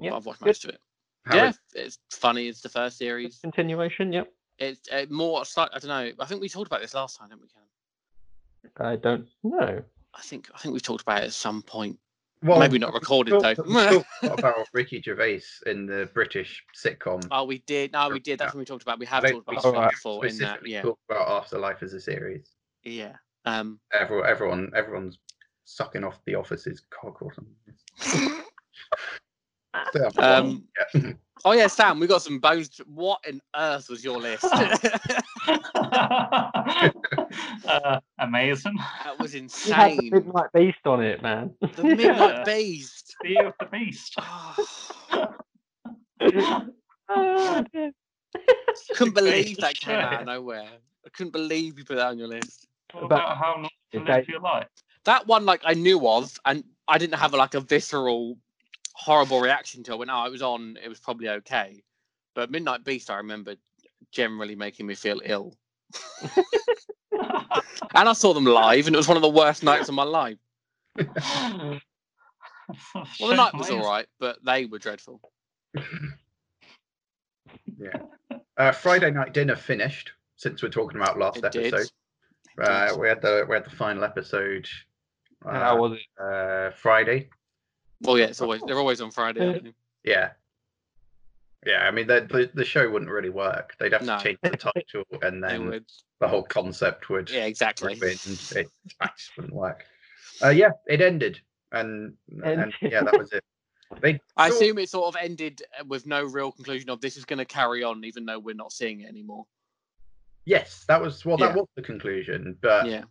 D: Yeah,
B: but I've watched
D: good.
B: most of it.
A: How
B: yeah,
A: is-
B: it's funny. It's the first series.
D: Continuation. Yep.
B: It's uh, more. it's like- I don't know. I think we talked about this last time, didn't we? Ken?
D: I don't know.
B: I think I think we talked about it at some point.
A: well,
B: Maybe not recorded
A: we
B: though.
A: talked- we talked a lot about Ricky Gervais in the British sitcom.
B: Oh, we did. No, we did. That's when we talked about. We have
A: They-
B: talked about
D: Oh,
B: this
D: right.
B: before. In that,
A: specifically
B: yeah,
A: talked about Afterlife as a series.
B: yeah. Um,
A: Everyone, everyone, everyone's sucking off the office's cock or something. So,
B: um,
A: yeah.
B: Oh yeah, Sam, we got some bones. To... What on earth was your list? that
E: uh, amazing.
B: was
D: You had the
B: insane.
D: midnight beast on it, man.
B: The midnight beast.
E: Sea of the Beast.
B: Oh,
D: Ah, dear.
B: couldn't believe that came out of nowhere. I couldn't believe you put that on your list.
E: What about how not to
D: Is
E: live
D: that-
E: your life?
B: That one, like I knew of, and I didn't have like a visceral, horrible reaction to it. When I was on, it was probably okay. But Midnight Beast, I remember generally making me feel ill. And I saw them live, and it was one of the worst nights of my life. Well, the night was all right, but they were dreadful.
A: Uh, Friday night dinner finished. Since we're talking about last
B: It did.
A: episode,
B: It
A: uh,
B: did.
A: we had the we had the final episode.
D: How
A: Uh,
D: was it?
A: uh, Friday.
B: Well, yeah, it's always they're always on Friday. aren't they?
A: Yeah. Yeah, I mean, the, the the show wouldn't really work. They'd have to
B: No.
A: change the title, and
B: They
A: then
B: would.
A: the whole concept would
B: Yeah, exactly.
A: would win. It just wouldn't work. Uh, yeah, it ended, and, and
D: Ended.
A: yeah, that was it. They
B: I
A: sort-
B: assume it sort of ended uh, with no real conclusion of this is going to carry on, even though we're not seeing it anymore.
A: Yes, that was well. That
B: Yeah.
A: was the conclusion, but
B: Yeah,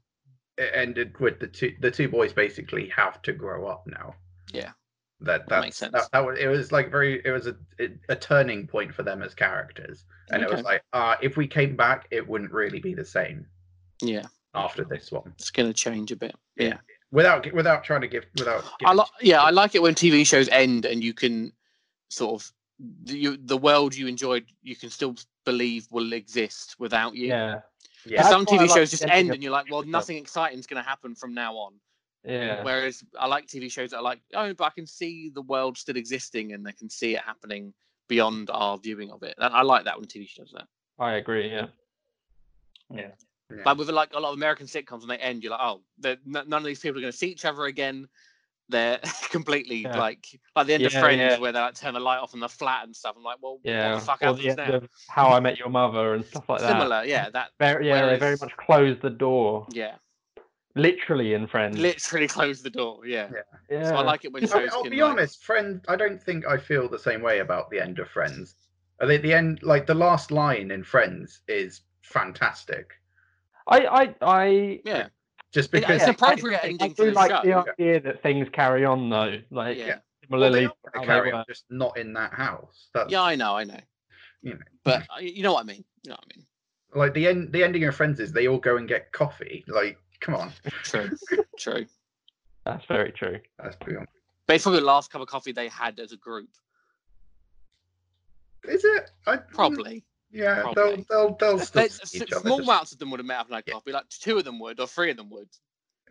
A: it ended with the two the two boys basically have to grow up now.
B: Yeah.
A: that
B: That
A: that
B: makes sense.
A: That, that was it was like very it was a it- a turning point for them as characters, and it was
B: Okay.
A: like uh if we came back, it wouldn't really be the same
B: yeah,
A: after this one.
B: it's going to change a bit. Yeah,
A: Yeah. Without gi- without trying to give without
B: I
A: giving-
B: like. Yeah, I like it when TV shows end and you can sort of the, you, the world you enjoyed, you can still believe will exist without you.
D: Yeah.
A: yeah.
D: That's
B: Some
D: why I
B: TV
D: like
B: shows just
D: ending
B: end
D: of
B: and you're like, well,
D: episodes.
B: nothing exciting's going to happen from now on.
D: Yeah.
B: Whereas I like TV shows that are like, oh, but I can see the world still existing and I can see it happening beyond our viewing of it. And I like that when TV shows that.
D: I agree. Yeah.
A: yeah.
B: Like with like a lot of American sitcoms, when they end, you're like, oh, they're- n- none of these people are going to see each other again. They're completely
D: Yeah.
B: like like the end of
D: Yeah,
B: Friends,
D: yeah.
B: where they like turn the light off in the flat and stuff. I'm like, well,
D: Yeah.
B: what the fuck
D: or the
B: happens
D: end
B: now?
D: of How I Met Your Mother and stuff like that.
B: Similar, yeah, that,
D: Very, yeah, they very
B: whereas-
D: much closed the door,
B: yeah,
D: literally in Friends.
B: literally close the door, yeah.
D: Mm. yeah.
B: So I like it when
A: I
B: shows
A: will
B: can,
A: be
B: like-
A: honest, Friends. I don't think I feel the same way about the end of Friends. I think the end, like the last line in Friends, is fantastic.
D: I, I, I,
B: yeah.
A: Just
B: It-
A: because
B: it's
D: yeah,
B: appropriate
D: I,
B: ending for
D: do
B: the
D: like
B: show.
D: the idea that things carry on though. Like
B: yeah.
A: well, they
D: similarly, to
A: are
D: how
A: gonna
D: they
A: carry on,
D: were.
A: just not in that house. That's
B: Yeah, I know, I know.
A: You know.
B: But uh, you know what I mean. You know what I mean.
A: like the end. The ending of Friends is they all go and get coffee. Like, come on,
B: True, true.
D: that's very true.
A: that's beyond.
B: But it's probably the last cup of coffee they had as a group.
A: Is it? I,
B: Probably.
A: Yeah,
B: Probably.
A: they'll they'll they'll still
B: They-
A: see
B: s-
A: each other.
B: small
A: just-
B: amounts of them would have met up and had
A: Yeah.
B: coffee. Like two of them would, or three of them would.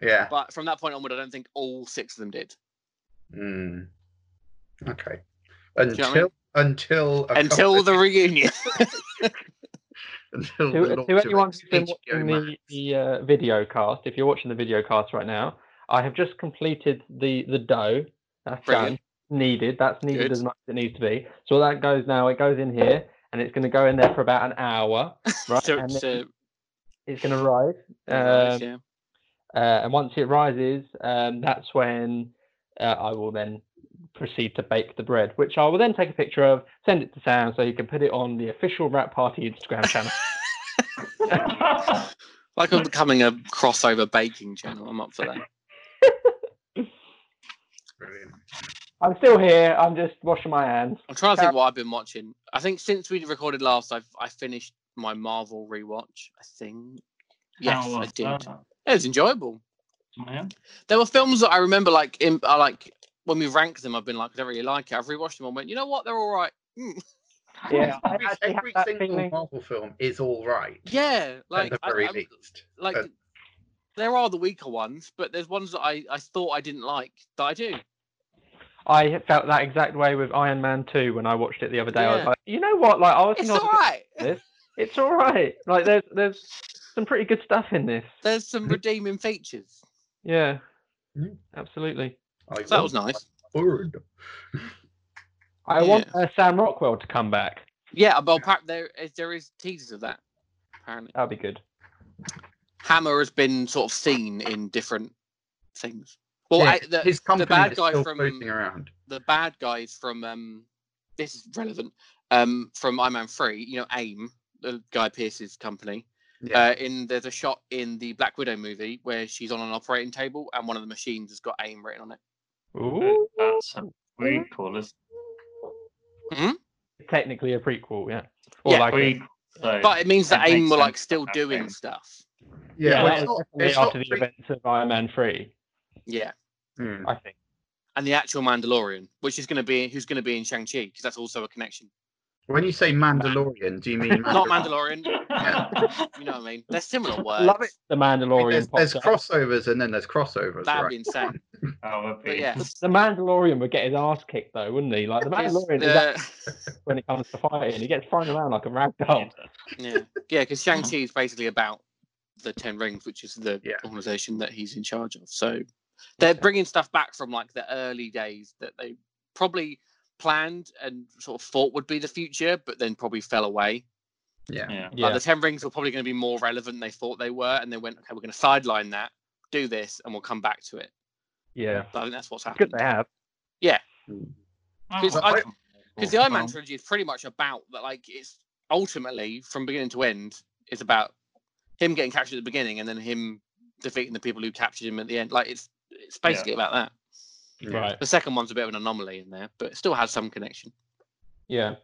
A: yeah.
B: But from that point onward, I don't think all six of them did.
A: Mm. Okay.
B: you know
A: Until
B: what I mean?
A: until a couple
B: Until
A: of-
B: the reunion.
A: until the
D: To,
A: launch
D: to
A: of
D: anyone who's been
A: HBO
D: watching
A: Max.
D: the, the uh, video cast, if you're watching the video cast right now, I have just completed the the dough. That's
B: Brilliant.
D: done. Needed. That's needed
B: Good.
D: as much as it needs to be. So that goes now. It goes in here, and it's going to go in there for about an hour, right?
B: so,
D: and then
B: so,
D: it's going to rise.
B: right,
D: Um,
B: yeah.
D: Uh, and once it rises, um, that's when uh, I will then proceed to bake the bread, which I will then take a picture of, send it to Sam so he can put it on the official Rat Party Instagram channel.
B: Like I'm becoming a crossover baking channel. I'm up for that.
A: Brilliant.
D: I'm still here. I'm just washing my hands.
B: I'm trying to think what I've been watching. I think since we recorded last, I've I finished my Marvel rewatch. I think. Yes,
E: How
B: I
E: was
B: did.
E: that?
B: It was enjoyable.
E: Yeah.
B: There were films that I remember, like, in, I like when we ranked them. I've been like, I don't really like it. I've rewatched them and went, you know what? They're all right.
D: Yeah, I
A: Every,
D: actually have
A: every
D: that
A: single
D: feeling.
A: Marvel film is all right.
B: Yeah, like,
A: at the
B: I,
A: very
B: I'm-
A: least.
B: like
A: Uh,
B: there are the weaker ones, but there's ones that I I thought I didn't like that I do.
D: I felt that exact way with Iron Man 2 when I watched it the other day. I was
B: Yeah.
D: like, you know what? Like, I was
B: It's
D: thinking,
B: all
D: I was
B: right.
D: like, this. It's all right. Like, there's there's some pretty good stuff in this.
B: There's some redeeming features.
D: Yeah,
A: Mm.
D: absolutely.
A: I
B: So that was
A: want
B: nice.
A: my bird.
D: I want uh, Sam Rockwell to come back.
B: Yeah, well, apparent- there is- there is teasers of that. Apparently,
D: That'd be good.
B: Hammer has been sort of seen in different things. Well,
A: Yeah,
B: I, the,
A: his company
B: bad
A: is
B: guy
A: still
B: from-
A: floating around.
B: the bad guys from um this is relevant um, from Iron Man Three. You know, AIM, the Guy Pearce's company.
A: Yeah.
B: Uh, in there's a shot in the Black Widow movie where she's on an operating table and one of the machines has got AIM written on it.
D: Ooh.
E: That's a
B: Mm-hmm.
E: prequel, isn't
D: Technically a prequel, yeah. Or
B: Yeah,
E: it?
D: like a-
E: Prequel. So,
B: But it means that
E: That
B: AIM
E: makes
B: were like
E: sense.
B: still
E: That
B: doing
E: makes-
B: stuff.
A: Yeah,
D: yeah,
A: well,
D: that
A: it's
D: was
A: not-
D: definitely
A: it's not
D: after the
A: pre-
D: events of Iron Man three,
B: Yeah,
A: Hmm.
D: I think.
B: and the actual Mandalorian, which is going to be who's going to be in Shang Chi because that's also a connection.
A: When you say Mandalorian, do you mean
B: Not Mandalorian.
A: Yeah.
B: You know what I mean? They're similar words.
D: Love it. The
A: I mean,
D: Mandalorian
A: there's,
D: pops
A: there's
D: up.
A: crossovers and then there's crossovers,
B: That'd
A: right?
B: be insane.
E: that would be.
B: But yeah,
D: the Mandalorian would get his ass kicked though, wouldn't he? Like the
B: Because,
D: Mandalorian is
B: uh,
D: when it comes to fighting. He gets thrown around like a rag doll.
B: yeah, yeah, because Shang
D: Oh.
B: Chi is basically about the Ten Rings, which is the
A: Yeah.
B: organization that he's in charge of. So they're bringing stuff back from like the early days that they probably planned and sort of thought would be the future, but then probably fell away.
A: Yeah.
E: Yeah.
D: Yeah.
B: Like the Ten Rings were probably going to be more relevant than they thought they were, and they went, okay, we're going to sideline that, do this, and we'll come back to it.
D: yeah.
B: So I think that's what's
D: It's good
B: happened.
D: they have.
B: Because
A: Hmm.
E: Oh,
A: I-
E: well,
B: because the Iron Man
E: well, um,
B: trilogy is pretty much about that. Like it's ultimately from beginning to end, it's about him getting captured at the beginning and then him defeating the people who captured him at the end. Like it's it's
E: Yeah.
B: basically about that.
A: Yeah.
D: Right.
B: The second one's a bit of an anomaly in there, but it still has some connection.
D: Yeah.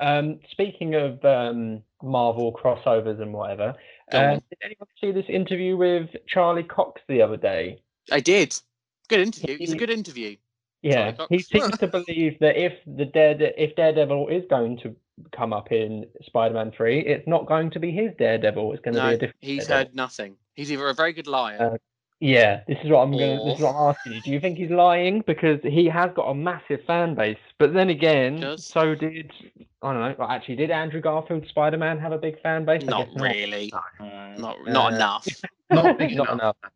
D: Um, speaking of um, Marvel crossovers and whatever,
B: Go
D: uh,
B: on.
D: did anyone see this interview with Charlie Cox the other day?
B: I did. Good interview. It's a good interview.
D: Yeah,
B: Charlie
D: he
B: Cox.
D: seems to believe that if the Dare if Daredevil is going to come up in Spider-Man Three, it's not going to be his Daredevil. It's going to be a
B: No,
D: different.
B: he's
D: Daredevil.
B: heard nothing. He's either a very good liar.
D: Uh, Yeah, this is what I'm going. to This
B: Or-
D: is what I'm asking you. Do you think he's lying? Because he has got a massive fan base. But then again,
B: Does.
D: so did I don't know. well, Actually, did Andrew Garfield Spider-Man have a big fan base? I
B: not
D: guess
B: really.
E: uh,
B: Not not
D: Uh,
B: enough.
A: Hmm. Not big
D: Not
A: enough.
D: enough.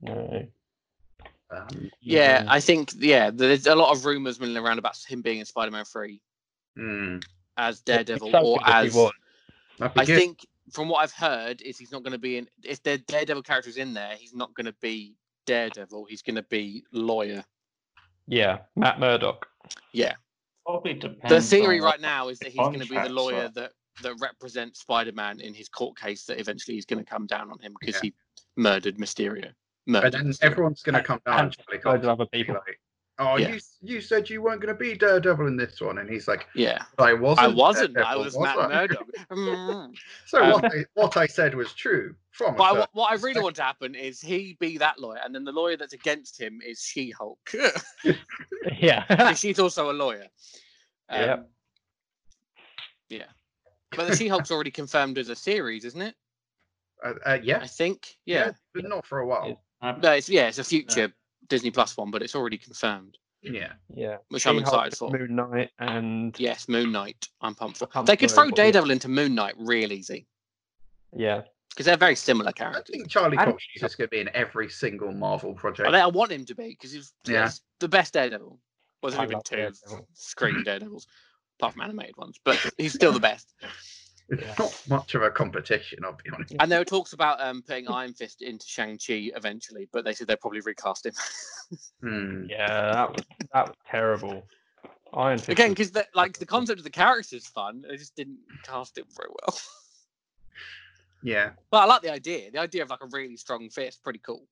D: No.
A: Um,
B: Yeah, I think yeah. There's a lot of rumors milling around about him being in Spider-Man Three
A: mm,
B: as
D: It'd be
B: Daredevil
D: so
B: or
D: good if he
B: as
D: was.
A: that'd be
B: I
A: good.
B: think from what I've heard is he's not going to be in. If the Daredevil character's in there, he's not going to be Daredevil. He's going to be lawyer.
D: Yeah, Matt Murdock.
B: Yeah.
E: probably depends.
B: The theory
E: on
B: right now is that he's going to be the
E: Contracts,
B: lawyer
E: right?
B: that that represents Spider-Man in his court case that eventually is going to come down on him because
A: Yeah.
B: he murdered Mysterio.
A: And
B: Murdered.
A: then
B: Mysterio.
A: everyone's going to come down
D: and
A: and Charlie Cox
D: Loads of other
A: and be
D: people.
A: like, "Oh,
B: Yeah.
A: you you said you weren't going to be Daredevil in this one," and he's like,
B: yeah,
A: "I wasn't.
B: I wasn't. I
A: Daredevil,
B: was Matt
A: I?"
B: Murdock. Mm.
A: So
D: Um,
A: what I, what I said was true. From
B: But I, wa- what I really want to happen is he be that lawyer, and then the lawyer that's against him is She-Hulk. 'Cause
D: Yeah.
B: she's also a lawyer. Um,
D: Yeah.
B: But the She-Hulk's already confirmed as a series, isn't it?
A: uh, uh, yeah,
B: I think. Yeah.
A: but not for a while.
E: Uh,
B: No, it's yeah, it's a future Disney Plus one, but it's already confirmed,
A: Yeah,
D: yeah.
B: which I'm
D: She-Hulk,
B: excited for.
D: Moon Knight and
B: Yes, Moon Knight. I'm pumped for.
D: I'm
B: They could
D: sorry,
B: throw
D: but yeah.
B: Daredevil into Moon Knight real easy
D: yeah.
B: because they're very similar
A: I
B: characters.
A: think Charlie
D: And-
A: Cox is just going to be in every single Marvel
B: I,
A: project.
B: think I want him to be because he's
A: Yeah.
B: he's the best Daredevil. Well, there's
D: I
B: only been
D: love
B: two
D: Daredevil.
B: screen Daredevils, apart from animated ones, but he's still the best.
A: It's
D: Yeah.
A: not much of a competition, I'll be honest.
B: And there were talks about um, putting Iron Fist into Shang Chi eventually, but they said they'll probably recast him.
A: Hmm.
D: Yeah, that was that was terrible. Iron Fist
B: Again,
D: was-
B: because like the concept of the character is fun, they just didn't cast it very well.
A: Yeah.
B: But I like the idea. The idea of like a really strong fist, pretty cool,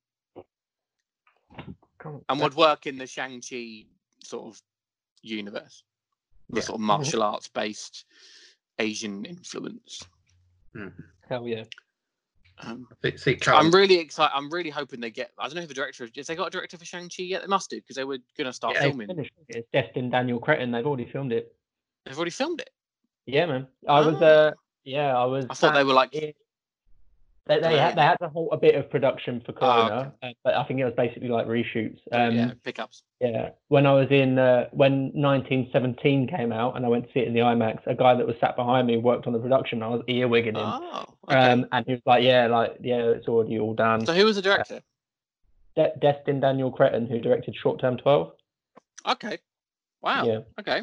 D: God,
B: and would work in the Shang Chi sort of universe, the
A: Yeah.
B: sort
D: Mm-hmm.
B: of martial arts based Asian influence.
D: hell yeah.
B: Um,
A: See, see Charlie,
B: I'm really excited. I'm really hoping they get. I don't know who the director is. Has they got a director for Shang Chi yet? They must do because they were going to start
A: Yeah.
D: They've
B: filming.
D: finished it. It's Destin Daniel Cretton. They've already filmed it.
B: They've already filmed it.
D: Yeah, man. I was
B: Ah.
D: uh yeah, I was
B: I thought they were like
D: it- they, they,
B: Yeah.
D: had, they had to halt a bit of production for
B: Ah,
D: Corona, uh, but I think it was basically like reshoots. Um,
B: yeah, pickups.
D: Yeah, when I was in uh, when 1917 came out, and I went to see it in the IMAX, a guy that was sat behind me worked on the production. I was earwigging him,
B: Oh, okay.
D: um, and he was like, "Yeah, like yeah, it's already all done."
B: so who was the director?
D: De- Destin Daniel Cretton, who directed Short Term 12.
B: Okay, wow.
D: Yeah.
B: Okay,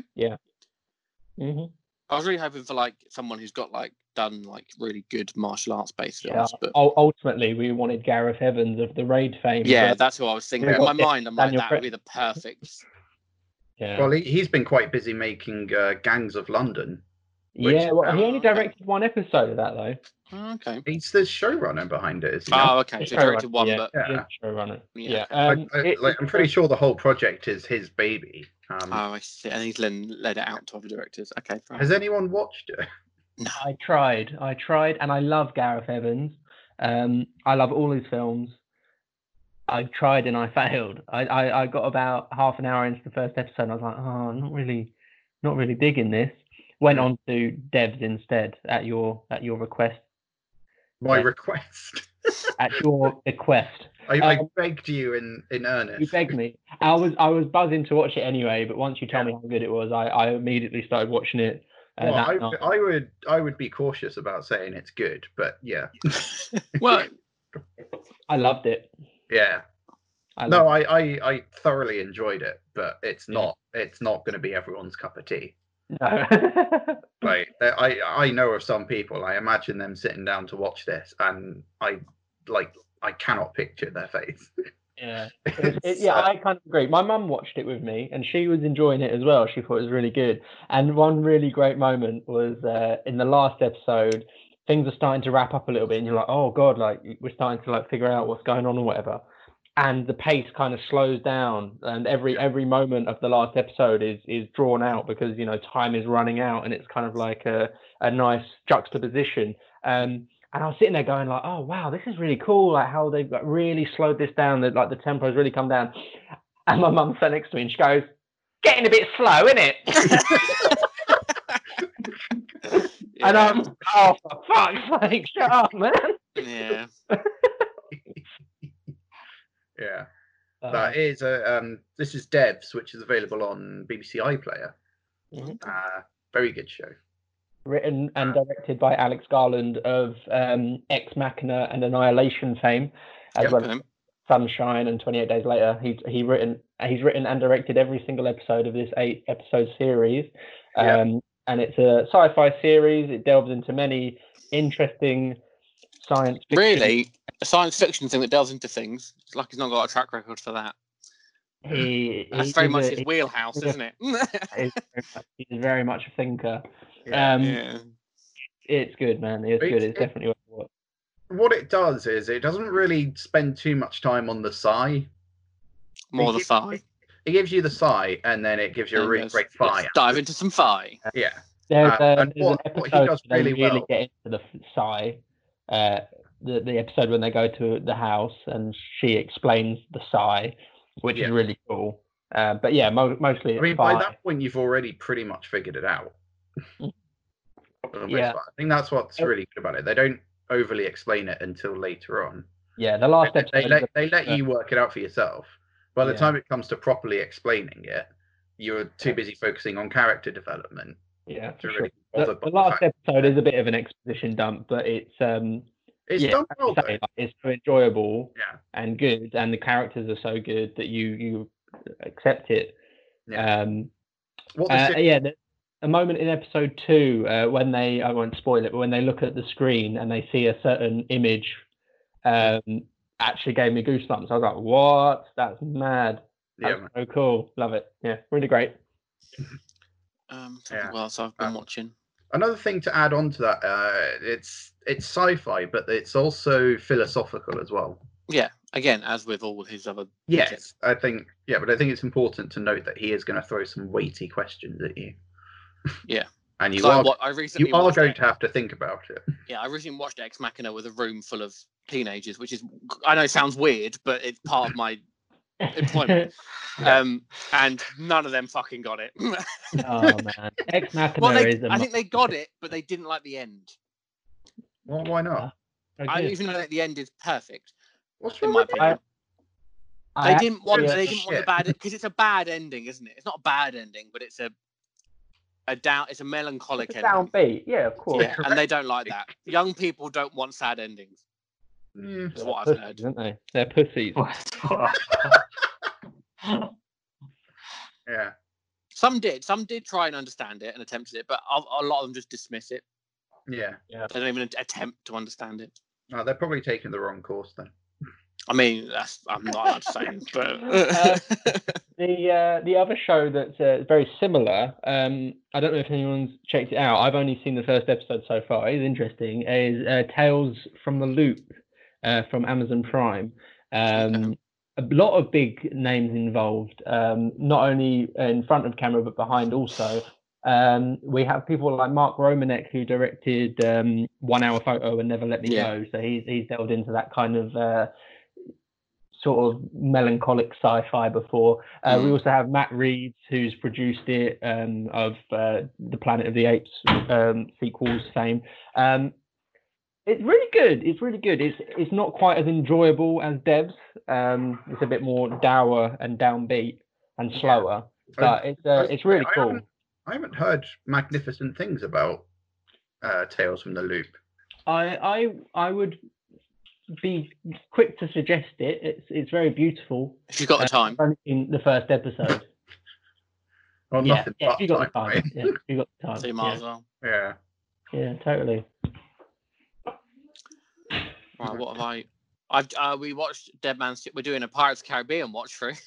D: hmm
B: I was really hoping for like someone who's got like done like really good martial arts based
D: Yeah.
B: films, but
D: ul- Ultimately, we wanted Gareth Evans of the Raid fame.
B: Yeah,
D: but-
B: that's who I was thinking.
D: Yeah.
B: In my mind, I'm like,
D: Daniel
B: that would be the perfect
D: Yeah.
A: Well, he, he's been quite busy making uh, Gangs of London. which-
D: yeah. Well, he only
B: okay.
D: directed one episode of that though.
B: oh, Okay.
A: He's the showrunner behind it, is he? not?
B: Oh, okay. So
D: Showrunner,
B: directed one,
D: yeah.
B: but
A: yeah.
D: Yeah. Showrunner.
B: Yeah.
D: Yeah.
A: I,
D: Um,
A: I,
D: it- Uh,
A: like, I'm pretty sure the whole project is his baby. Um,
B: oh, I see. And he's then led it out to other directors. Okay. Fine.
A: has anyone watched it?
D: I tried. I tried, and I love Gareth Evans. Um, I love all his films. I tried and I failed. I, I, I got about half an hour into the first episode. And I was like, oh, I'm not really, not really digging this. Went on to Devs instead at your at your request
A: My
D: Yeah.
A: request.
D: at your request.
A: I, I
D: Um,
A: begged you in, in earnest.
D: You begged me. I was I was buzzing to watch it anyway, but once you told me how good it was, I, I immediately started watching it. Uh,
A: Well,
D: that
A: I,
D: night.
A: I would I would be cautious about saying it's good, but yeah,
B: well,
D: I loved it.
A: yeah.
D: I
A: No,
D: loved
A: I, I I thoroughly enjoyed it, but it's not it's not going to be everyone's cup of tea.
D: it. No.
A: Like I I know of some people. I imagine them sitting down to watch this, and I like I cannot picture their face.
D: Yeah. It- yeah, I kind of agree. My mum watched it with me, and she was enjoying it as well. She thought it was really good. And one really great moment was uh, in the last episode. Things are starting to wrap up a little bit, and you're like, "Oh God!" Like we're starting to like figure out what's going on or whatever. And the pace kind of slows down, and every every moment of the last episode is is drawn out because you know time is running out, and it's kind of like a a nice juxtaposition. Um, and I was sitting there going like, "Oh wow, this is really cool! Like how they've like, really slowed this down. That like the tempo's really come down." And my mum sat next to me and she goes, "Getting a bit slow, isn't it?" And
B: yeah,
D: I'm, "Oh for fuck's sake, shut up, man!"
B: yeah.
A: yeah,
D: Uh-huh.
A: that is a um. This is Devs, which is available on BBC iPlayer.
D: Mhm.
A: Uh, very good show.
D: written and directed by Alex Garland of um, Ex Machina and Annihilation fame, as
A: Yep.
D: well as
B: Okay.
D: Sunshine and 28 Days Later. He's he written he's written and directed every single episode of this eight episode series, um,
A: Yeah.
D: and it's a sci-fi series. It delves into many interesting science. fiction-
B: Really, a science fiction thing that delves into things. It's like he's not got a track record for that.
D: he,
B: That's
D: he
B: very
D: is
B: much
D: a-
B: his wheelhouse,
D: yeah.
B: isn't it?
D: He's very much, he's very much a thinker.
A: Yeah.
D: Um,
B: yeah.
D: It's good, man. It's
A: It's-
D: good. It's
A: it-
D: definitely worth watching.
A: What it does is it doesn't really spend too much time on the sigh.
B: More the
A: It-
B: thigh.
A: It gives you the sigh, and then it gives you a really
B: Let's-
A: great
B: let's
A: fire.
B: dive into some thigh.
A: Yeah,
D: There's,
A: Uh,
D: uh,
A: and
D: there's
A: what-
D: an
A: what he
D: episode where
A: does
D: they
A: really
D: really,
A: well-
D: get into the f- sigh. Uh, the the episode when they go to the house and she explains the sigh, which
A: Yeah.
D: is really cool. Uh, but yeah, mo- mostly it's
A: I mean, by
D: sigh.
A: that point, you've already pretty much figured it out. For the most
D: Yeah.
A: part. I think that's what's really good about it. They don't overly explain it until later on.
D: yeah, the
A: They,
D: last
A: they- they
D: episode.
A: let,
D: is
A: they let
D: uh,
A: you work it out for yourself. By the
D: Yeah.
A: time it comes to properly explaining it, you're too busy focusing on character development
D: a- yeah,
A: to
D: for sure.
A: really be
D: The,
A: bothered by
D: the
A: the
D: last
A: fact-
D: episode is a bit of an exposition dump, but it's um
A: It's
D: yeah,
A: done
D: as you
A: well,
D: say,
A: though.
D: like, it's so enjoyable
A: Yeah.
D: and good, and the characters are so good that you you accept it.
A: Yeah.
D: Um,
A: What the
D: Uh,
A: series-
D: yeah, there's a moment in episode two uh, when they, I won't spoil it, but when they look at the screen and they see a certain image, um, actually gave me goosebumps. I was like, what? That's mad.
A: yeah,
D: That's so cool. Love it. Yeah, really great.
B: Um,
A: Yeah.
B: Well, so I've been
A: Um,
B: watching.
A: another thing to add on to that uh it's it's sci-fi but it's also philosophical as well
B: Yeah. Again, as with all his other.
A: yes i think yeah but i think it's important to note that he is going to throw some weighty questions at you
B: Yeah.
A: and you
B: So I
A: are
B: wa- I recently
A: you are
B: watched
A: going
B: it.
A: to have to think about it
B: Yeah, I recently watched Ex Machina with a room full of teenagers, which is I know it sounds weird, but it's part of my Employment.
A: Yeah.
B: um and none of them fucking got it. well,
D: oh, man. Ex Machina
B: they,
D: is a
B: I think they got it, but they didn't like the end.
A: well why
D: Uh,
A: not
D: monster
B: I
D: good.
B: even though the end is perfect,
A: what's
B: in
A: wrong
B: my
A: with that?
B: opinion.
D: I
B: They
D: actually-
B: didn't want.
A: yeah,
B: They didn't want the
A: shit.
B: bad because it's a bad ending, isn't it? It's not a bad ending, but it's a a down. It's a melancholic
D: It's a
B: ending.
D: downbeat. Yeah, of course.
B: Yeah, and they don't like that. Young people don't want sad endings.
A: Mm,
B: Is what I've
D: Pussies,
B: heard.
D: aren't they? They're pussies.
A: yeah
B: Some did. Some did try and understand it and attempted it, but a, a lot of them just dismiss it.
A: yeah
B: They don't even attempt to understand it.
A: no, they're probably taking the wrong course then
B: I mean, that's I'm not allowed to say,
D: Uh,
B: but
D: The uh, the other show that's uh, very similar. Um, I don't know if anyone's checked it out. I've only seen the first episode so far. It's interesting. Is uh, Tales from the Loop uh, from Amazon Prime. Um, a lot of big names involved, um, not only in front of camera but behind also. Um, we have people like Mark Romanek who directed um, One Hour Photo and Never Let Me
B: Yeah.
D: Go. So he's he's delved into that kind of. Uh, sort of melancholic sci-fi before. Uh, We
B: Mm.
D: also have Matt Reeves, who's produced it um, of uh, the Planet of the Apes um, sequels fame. Um, it's really good. It's really good. It's it's not quite as enjoyable as Devs. Um, it's a bit more dour and downbeat and slower, but it's uh,
A: was-
D: it's really
A: I
D: cool.
A: haven't- I haven't heard magnificent things about uh, Tales from the Loop.
D: I I I would be quick to suggest it. It's it's very beautiful.
B: if you've got the time,
D: I've only seen the first episode.
A: Well,
D: yeah,
A: nothing
D: yeah,
A: but
D: you got the
A: time,
D: time.
A: right?
D: Yeah, you got the time.
B: so you might
D: uh, yeah.
B: as well.
A: Yeah.
D: yeah, totally.
B: Right, what have I? I've uh, we watched Dead Man's. We're doing a Pirates of the Caribbean watch through.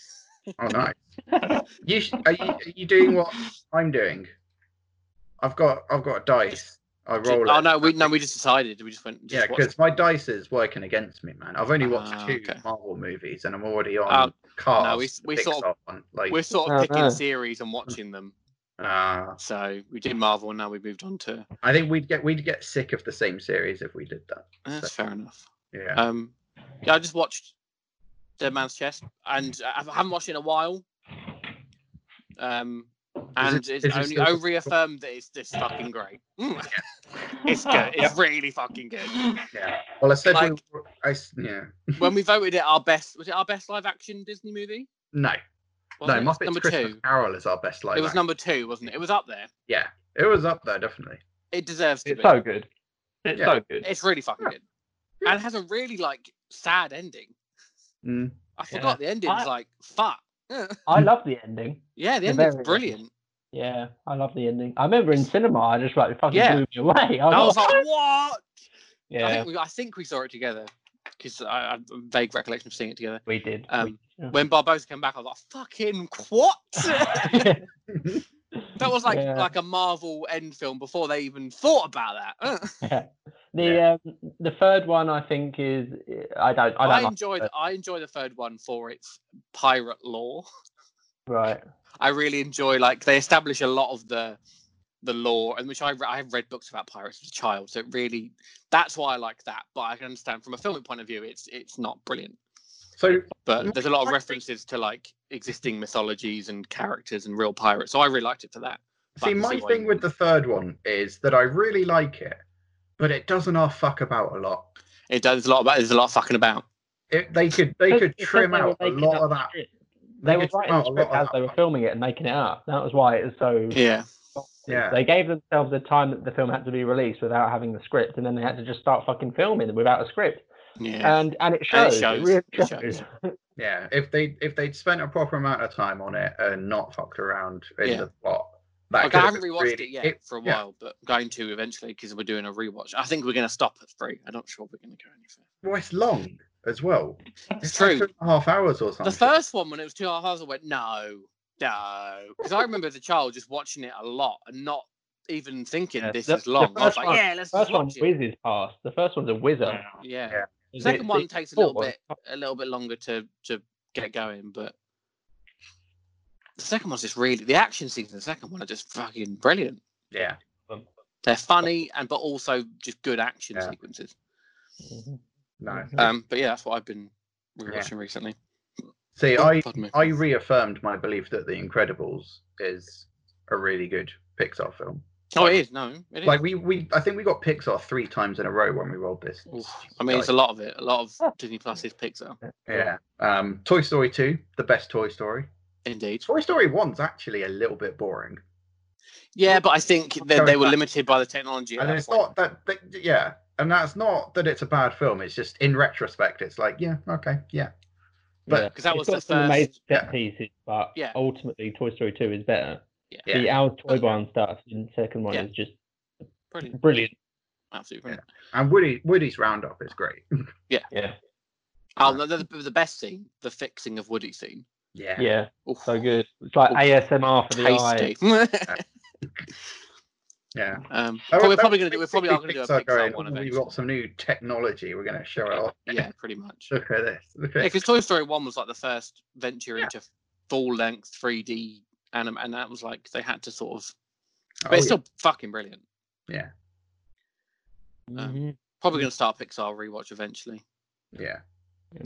A: Oh, nice. you sh- are you are you doing what I'm doing? I've got I've got a dice. I roll.
B: oh
A: it.
B: no, we no, we just decided. We just went. Just
A: Yeah,
B: watch-
A: because my dice is working against me, man. I've only watched
B: Ah,
A: two
B: okay.
A: Marvel movies, and I'm already on
B: Oh,
A: Cars.
B: no, we-
A: the
B: we sort
A: Pixar one. like
B: we're sort of
D: Oh,
B: picking
D: no.
B: series and watching them.
A: ah,
B: So we did Marvel, and now we moved on to. eh,
A: I think we'd get we'd get sick of the same series if we did that.
B: That's fair enough.
A: Yeah,
B: Um, yeah, I just watched Dead Man's Chest, and I I haven't watched it in a while. Um, and
A: it- is
B: it's
A: it
B: only
A: still-
B: I reaffirmed that it's this fucking great. Mm. it's good. It's really fucking good.
A: yeah. Well, I said
B: Like-
A: we, I s- yeah.
B: When we voted it our best, was it our best live action Disney movie?
A: No,
B: Wasn't
A: no.
B: it?
A: Muppets
B: number
A: Christmas
B: two.
A: Carol is our best live.
B: It was
A: action.
B: number two, wasn't it? It was up there.
A: Yeah, it was up there definitely.
B: It deserves to
D: It's
B: be.
D: so good. It's
A: Yeah.
D: so good.
B: It's really fucking
A: Yeah.
B: good, and it has a really like sad ending.
A: Mm.
B: I forgot the ending
C: I-
B: was like fuck.
D: I love the ending.
B: Yeah, the
D: The
B: ending's
D: very
B: brilliant.
D: Yeah, I love the ending. I remember in cinema, I just like it fucking
B: Yeah.
D: blew me away. I
B: I was
D: was, like,
B: like, what? I,
D: yeah,
B: think we, I think we saw it together because I, I have a vague recollection of seeing it together.
D: we did.
B: Um,
D: Yeah.
B: When Barbosa came back, I was like, fucking what? that was like
D: Yeah.
B: like a Marvel end film before they even thought about that. Uh.
D: the
A: Yeah.
D: um, the third one, I think, is I don't I
B: I,
D: don't like
B: enjoyed
D: it.
B: I enjoy the third one for its pirate lore.
D: right.
B: I really enjoy like they establish a lot of the the lore, and which I re- I have read books about pirates as a child, so it really that's why I like that. But I can understand from a filmic point of view, it's it's not brilliant.
A: So
B: but there's a lot of
A: I think-
B: references to like existing mythologies and characters and real pirates. So I really liked it for that. But I
A: See,
B: can
A: my
B: why
A: thing
B: you
A: with the
B: wouldn't.
A: third one is that I really like it, but it doesn't half fuck about a lot.
B: it does there's a lot about there's a lot of fucking about.
A: It, they could they
D: Because-
A: could
D: because
A: trim
D: they were
A: out a
D: making
A: lot
D: up
A: of
D: the
A: that.
D: script.
A: they
D: They, were
A: could trim
D: writing
A: out a
D: the
A: lot
D: script
A: of
D: as
A: that
D: they were
A: fuck.
D: filming it and making it up. That was why it was so.
B: Yeah,
A: Yeah.
D: They gave themselves the time that the film had to be released without having the script, and then they had to just start fucking filming without a script.
B: yeah.
D: and and
B: And
D: it
B: it
D: shows.
B: shows,
D: really
B: it
D: shows.
A: Yeah, if they if they'd spent a proper amount of time on it and not fucked around in
B: Yeah.
A: the plot, that
B: Like, I
A: could have
B: haven't
A: been
B: rewatched
A: really-
B: it yet for a
A: yeah.
B: while, but going to eventually because we're doing a rewatch. I think we're going to stop at three. I'm not sure we're going to go any further.
A: well, it's long as well. It's
B: True.
A: like two and a half hours or
B: The
A: something.
B: first one, when it was two and a half hours, I went no, no, because I remember as a child just watching it a lot and not even thinking
D: Yeah,
B: this
D: the-
B: is long.
D: the
B: I was
D: first
B: like,
D: one-
B: yeah, let's just
D: First one
B: watch it.
D: whizzes past. The first one's a whizzer.
B: Yeah.
A: Yeah.
D: The-
B: Second
D: the
B: one takes a little
D: fourth one-
B: bit a little bit longer to to get going, but the second one's just really the action scenes in the second one are just fucking brilliant.
A: Yeah,
B: They're funny and but also just good action
A: Yeah.
B: sequences.
D: Mhm.
A: no.
B: Um, but yeah, that's what I've been rewatching recently.
A: See,
B: Oh,
A: I
B: pardon me.
A: I reaffirmed my belief that The Incredibles is a really good Pixar film.
B: oh, it is no, it is.
A: Like we we I think we got Pixar three times in a row when we rolled this.
B: Oof. I mean, it's a lot of it. A lot of Disney Plus is Pixar,
A: Yeah. Um, Toy Story two, the best Toy Story.
B: indeed.
A: Toy Story one's actually a little bit boring.
B: Yeah, but I think that they
A: Going
B: were
A: back.
B: limited by the technology. At
A: and
B: that
A: it's
B: point.
A: not that, that yeah and that's not that it's a bad film it's just in retrospect it's like yeah okay yeah But-
D: Yeah.
B: 'Cause that
D: It's
B: was
D: got
B: the
D: some amazing
B: first-
D: set
A: Yeah.
D: pieces, but
B: Yeah.
D: ultimately Toy Story Two is better.
A: yeah
D: The Owl's Toy Barn stuff in the second one
B: Yeah.
D: is just
B: brilliant,
D: brilliant.
B: absolutely brilliant.
A: and woody woody's roundup is great
D: Yeah.
B: Oh, no, the, the best scene, the fixing of Woody scene.
A: Yeah.
D: Yeah,
B: Oof,
D: so good. It's like
B: Ooh.
D: ASMR for the eye.
B: tasty.
A: Yeah.
B: um,
A: That
B: probably,
A: was-
B: probably
A: that was
B: gonna do. We're probably are gonna do a
A: basically
B: Pixar
A: Pixar going,
B: one
A: "Oh, We've
B: eventually.
A: got some new technology. We're going to show it off.
B: Yeah, pretty much.
A: Look at this. Look
B: Yeah,
A: at
B: because Toy Story One was like the first venture
A: Yeah.
B: into full length 3D anime, and that was like they had to sort of,
A: Oh,
B: but it's
A: yeah.
B: still fucking brilliant.
D: Mhm.
A: Mm-hmm.
B: Probably gonna start a Pixar rewatch eventually.
A: yeah.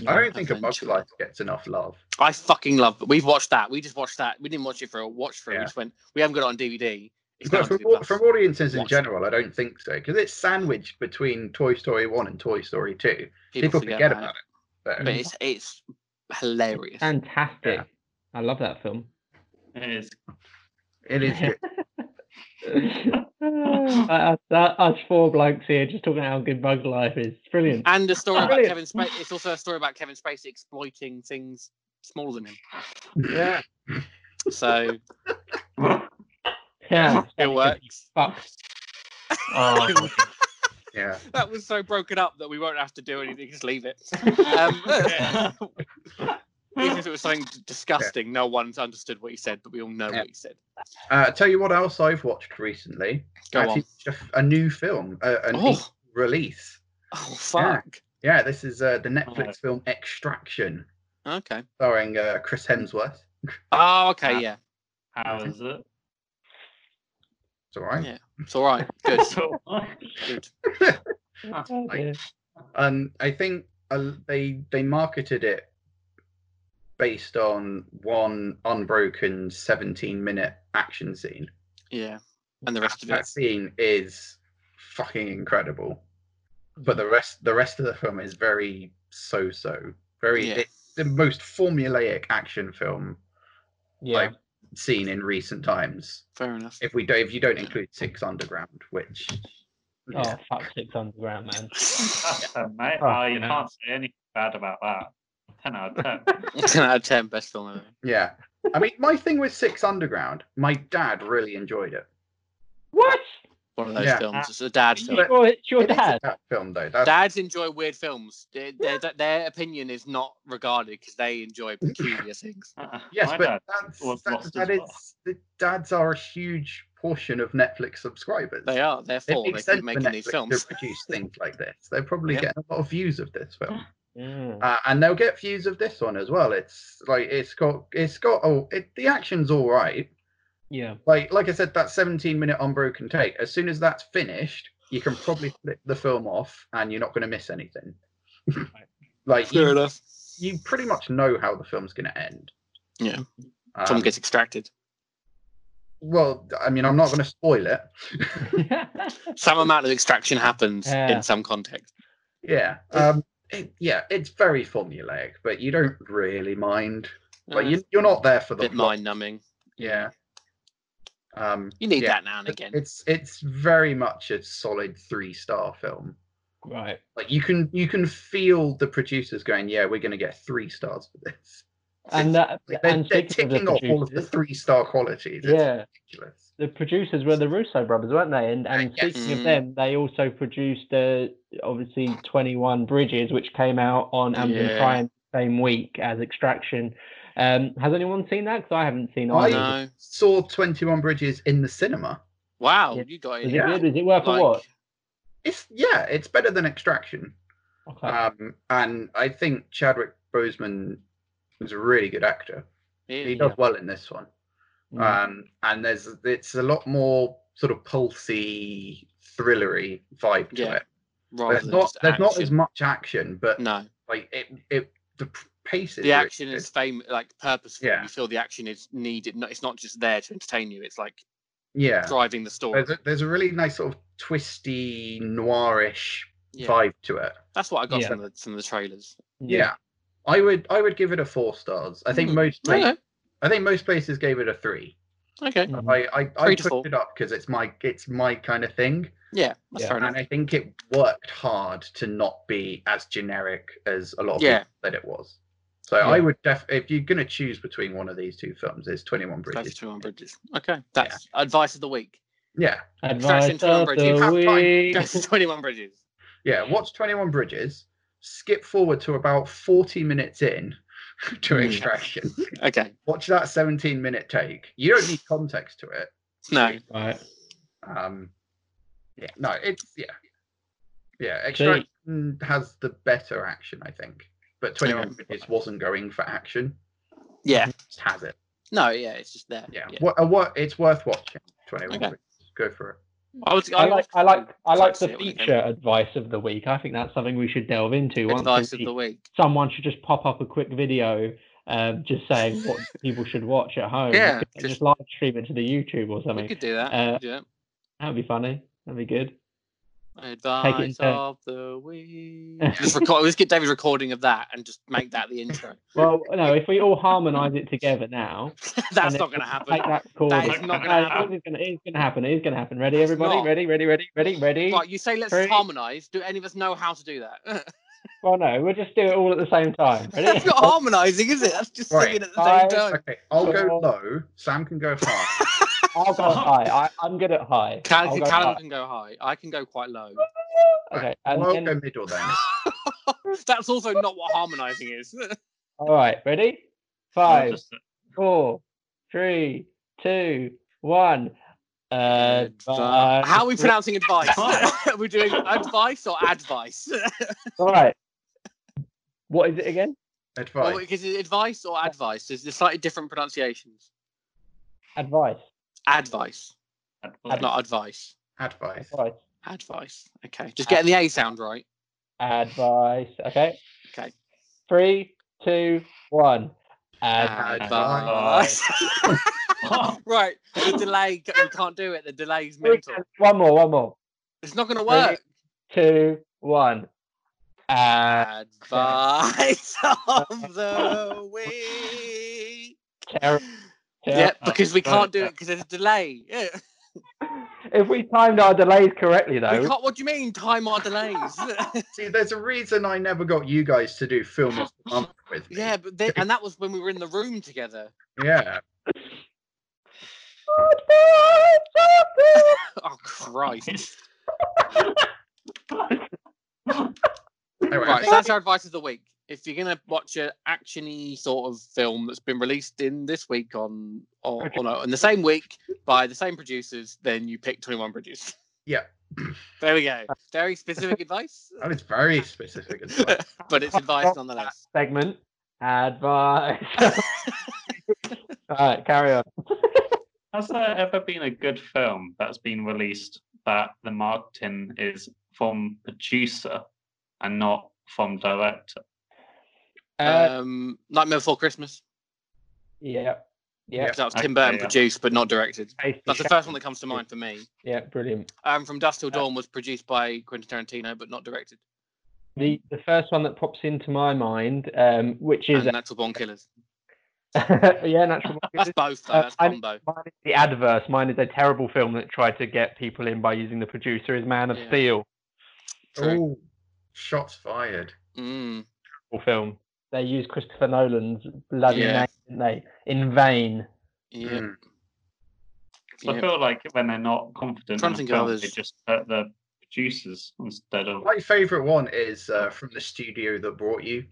D: Yeah.
A: I don't think a Bug's
B: Eventually.
A: Life gets enough love.
B: I fucking love. We've watched that. We just watched that. We didn't watch it for a watch through.
A: Yeah.
B: We just went. We haven't got it on DVD. It's
A: But
B: not
A: from, au- from audiences in
B: Watch it.
A: general, I don't think so because it's sandwiched between Toy Story One and Toy Story Two. People, forget, about it. but-
B: But it's it's hilarious.
D: Fantastic.
A: Yeah.
D: I love that film.
E: It is.
A: it is good.
D: Uh, us, us four blokes here just talking about how good Bug's Life is. It's brilliant.
B: And a story about
D: Brilliant.
B: Kevin Spacey. It's also a story about Kevin Spacey exploiting things smaller than him.
A: yeah.
B: So
D: Yeah,
B: it works.
D: Fuck.
E: Oh,
A: Yeah.
B: That was so broken up that we won't have to do anything. Just leave it. Um,
E: Yeah.
B: even if it was something d- disgusting, no one's understood what he said, but we all know
A: Yeah.
B: what he said.
A: Uh, tell you what else I've watched recently.
B: Go
A: Actually,
B: on.
A: it's a- A new film, uh, an
B: Oh.
A: indie release.
B: Oh fuck.
A: Yeah, this is uh, the Netflix film Extraction,
B: Okay.
A: starring uh, Chris Hemsworth.
B: Oh, okay. Yeah.
E: how is it?
A: It's all right.
B: Yeah. It's all right. Good.
E: So-
B: Good.
D: Oh, dear.
A: Um, I think uh, they they marketed it based on one unbroken 17 minute action scene.
B: Yeah. And the rest of
A: That
B: it.
A: scene is fucking incredible,
B: Hmm.
A: but the rest the rest of the film is very so so. Very
B: Yeah.
A: it's the most formulaic action film
D: Yeah.
A: like seen in recent times.
B: Fair enough.
A: If we don't if you don't include Six Underground, which
D: Oh,
A: yeah.
D: fuck six underground, man.
E: That's a mate.
D: Oh,
E: Oh, you
D: fucking hell.
E: can't say anything bad about that. Ten out of ten.
B: 10 out of 10, best film ever.
A: yeah. I mean, my thing with Six Underground, my dad really enjoyed it.
D: What?
B: One of those
A: Yeah.
B: films. It's a dad film.
A: But- uh,
D: Well, it's your
A: Oh, It is a
D: dad.
A: dad film though. That's,
B: Dads enjoy weird films. Their, their, their opinion is not regarded because they enjoy peculiar things.
A: yes,
E: My
A: but
E: dad
A: that's,
E: was
A: that,
E: lost
A: that
E: as
A: is
E: well.
A: the dads are a huge portion of Netflix subscribers.
B: They are, therefore,
A: It
B: they
A: makes
B: keep
A: sense for
B: making these
A: Netflix to
B: films.
A: produce things like this. They're probably
B: Yeah.
A: getting a lot of views of this film,
D: Mm.
A: uh, and they'll get views of this one as well. It's like it's got it's got oh it, the action's all right.
D: Yeah.
A: Like like I said, that 17 minute unbroken take. As soon as that's finished, you can probably flip the film off, and you're not going to miss anything. like you,
B: enough.
A: you pretty much know how the film's going to end.
B: Yeah.
A: Um,
B: Someone gets extracted.
A: well, I mean, I'm not going to spoil it.
B: Some amount of extraction happens
D: Yeah.
B: in some context.
A: Yeah. Um, it, yeah, it's very formulaic, but you don't really mind. Like
B: Uh,
A: you, you're not there for
B: a
A: the
B: bit
A: plot,
B: mind numbing.
A: Yeah. Um,
B: You need
A: yeah.
B: that now and again.
A: It's it's very much a solid three star film.
D: Right.
A: Like you can you can feel the producers going, yeah, we're going to get three stars for this.
D: And that
A: Like, they're,
D: and
A: they're
D: speaking of the
A: ticking off all of the
D: producers-
A: three star qualities. It's
D: Yeah.
A: ridiculous.
D: the producers were the Russo brothers, weren't they? And and
A: Yes.
D: speaking
B: Mm.
D: of them, they also produced uh, obviously Twenty One Bridges, which came out on Amazon
B: Yeah.
D: Prime the same week as Extraction. Um, has anyone seen that? Because I haven't seen
A: I-
D: either.
B: No.
A: Saw Twenty One Bridges in the cinema.
B: Wow,
D: Yeah.
B: you got
D: Is
B: it.
D: it
A: Yeah.
D: good? Is it worth a
B: Like,
D: watch?
A: It's yeah, it's better than Extraction.
D: Okay.
B: uh,
A: Um, and I think Chadwick Boseman is a really good actor. He
B: yeah. Mm-hmm.
A: does well in this one.
D: Mm.
B: uh,
A: Um, and there's it's a lot more sort of pulsy, thrillery vibe to
B: Yeah,
A: it.
B: Rather
A: There's
B: than
A: not
B: just
A: there's not as
B: action.
A: much action, but
B: No.
A: like it it the p- pace
B: the
A: is really
B: action
A: good.
B: is fame like purposeful.
A: Yeah.
B: You feel the action is needed. No, it's not just there to entertain you. It's like
A: yeah.
B: driving the story.
A: There's a, there's a really nice sort of twisty noirish
B: Yeah.
A: vibe to it.
B: That's what I got
D: Yeah.
B: from the from the trailers.
A: Yeah. I would I would give it a four stars. I think
B: Hmm.
A: most pla-
B: Okay.
A: I think most places gave it a three.
B: Okay.
D: Mm.
A: I I, I
B: Mm-hmm. Three to
A: put
B: four.
A: it up because it's my it's my kind of thing,
B: Yeah. That's
D: Yeah.
B: fair enough.
A: and I think it worked hard to not be as generic as a lot of
B: Yeah.
A: people said it was. So I would def if you're gonna choose between one of these two films, it's Twenty One
B: That's
A: Bridges.
B: two on bridges. Okay. That's advice of the week.
A: Yeah,
D: Advice
B: Extraction, 21
D: of
B: Bridges.
A: Have
D: the
A: fun.
D: week.
B: Twenty one bridges.
A: yeah. Watch Twenty One Bridges, skip forward to about 40 minutes in to
B: Mm.
A: extraction.
B: Okay.
A: Watch that 17 minute take. You don't need context to it.
B: No.
D: Right.
A: Um, yeah, no, it's yeah, yeah. Extraction has the better action, I think, but Twenty One
B: Okay.
A: Minutes wasn't going for action.
B: Yeah.
A: Just has it.
B: No. Yeah. It's just there.
A: Yeah, What, uh, what? It's worth watching. Twenty One
B: Okay.
A: Minutes. Go for it.
B: I would.
D: I like I like I
B: I'd
D: like
B: say
D: the
B: it was a game.
D: feature advice of the week. I think that's something we should delve into. Once a
B: advice of
D: week.
B: the week.
D: Someone should just pop up a quick video, um, just saying what people should watch at home. We
B: Yeah,
D: could just,
B: just-
D: live stream it to the YouTube or
B: We
D: something.
B: could do that.
D: uh,
B: we could do that.
D: That'd be funny. That'd be good.
B: Advice
D: turn.
B: of the week. just record. Let's get David's recording of that and just make that the intro.
D: Well, no, if we all harmonise it together now,
B: That's
D: it-
B: not going to
D: take
B: happen.
D: that call.
B: That
E: it.
B: is not going to
D: No,
B: happen.
D: It's gonna, it's gonna happen. It's gonna happen. Ready, everybody?
B: not.
D: Ready, ready, ready, ready, ready.
B: Right. You say let's
D: Three.
B: harmonise. Do any of us know how to do that?
D: Well, no, we'll just do it all at the same time. Ready?
B: That's not harmonising, is it? That's just
A: Right.
B: singing at the
D: Five.
B: same time.
A: Okay, I'll go
D: Four.
A: low. Sam can go high.
D: I'll go high. I, I'm good at high. I'll
B: Callum,
D: go
B: Callum
D: high.
B: can go high. I can go quite low.
D: Okay, and
A: I'll
D: then-
A: go middle then.
B: That's also not what harmonising is.
D: all right, ready?
E: I'll
D: Five,
E: just-
D: four, three, two, one. Uh,
B: Advi- How are we pronouncing advice?
E: Advice.
B: are we doing advice or advice?
D: All right. What is it again?
A: Advice.
B: Because it's advice or advice? There's there's slightly different pronunciations.
D: Advice.
B: Advice,
E: Advice.
B: not advice.
A: Advice.
D: Advice.
B: Advice. Okay, just getting the A sound right.
D: Advice. Okay.
B: Okay.
D: Three, two, one.
A: Ad-
B: Advice. right, the delay. We can't do it. The delay's mental.
D: One more. One more.
B: It's not going to work.
D: Two, one. Uh,
B: Advice of the week.
D: ter-
B: Yeah,
D: ter-
B: because we
E: Right.
B: can't do it because there's a delay. Yeah.
D: If we timed our delays correctly,
B: We
D: though,
B: can't, what do you mean time our delays?
A: See, there's a reason I never got you guys to do film of the month with me.
B: yeah, but they, and that was when we were in the room together.
A: Yeah.
B: Oh Christ!
A: Anyway, I
B: Right,
A: think-
B: so that's our advice of the week. If you're gonna watch an actiony sort of film that's been released in this week on or, or no, in the same week by the same producers, then you pick 21 producers.
A: Yeah.
B: There we go. Very specific advice,
A: That is very specific advice.
B: but it's advice nonetheless.
D: segment advice. All right, carry on.
E: Has there ever been a good film that's been released that the marketing is from producer and not from director?
D: Uh,
B: um, Nightmare Before Christmas.
D: yeah, yeah.
A: yeah.
B: 'cause That was
E: Okay,
B: Tim Burton
E: yeah.
B: produced but not directed.
D: Tasty
B: That's the
D: shake.
B: first one that comes to mind for me.
D: Yeah, brilliant.
B: Um, From Dust Till Dawn was produced by Quentin Tarantino but not directed,
D: The the first one that pops into my mind, um, which is
B: and Natural Born Killers.
D: yeah, natural. Born
B: That's
D: Killers.
B: both. Though.
D: Uh,
B: That's
D: I-
B: combo.
D: Mine is the adverse. Mine is a terrible film that tried to get people in by using the producer. Is Man of
B: Yeah.
D: Steel
B: True.
A: Oh, shots fired.
B: Mm.
D: Terrible film? They used Christopher Nolan's bloody
B: Yeah.
D: name, didn't they? In vain.
B: Yeah.
A: Mm.
E: So I
B: yeah.
E: feel like when they're not confident
B: Trying
E: in
B: to
E: a
B: think of
E: film, they
B: others.
E: just put the producers instead of.
A: My favourite one is uh, from the studio that brought you.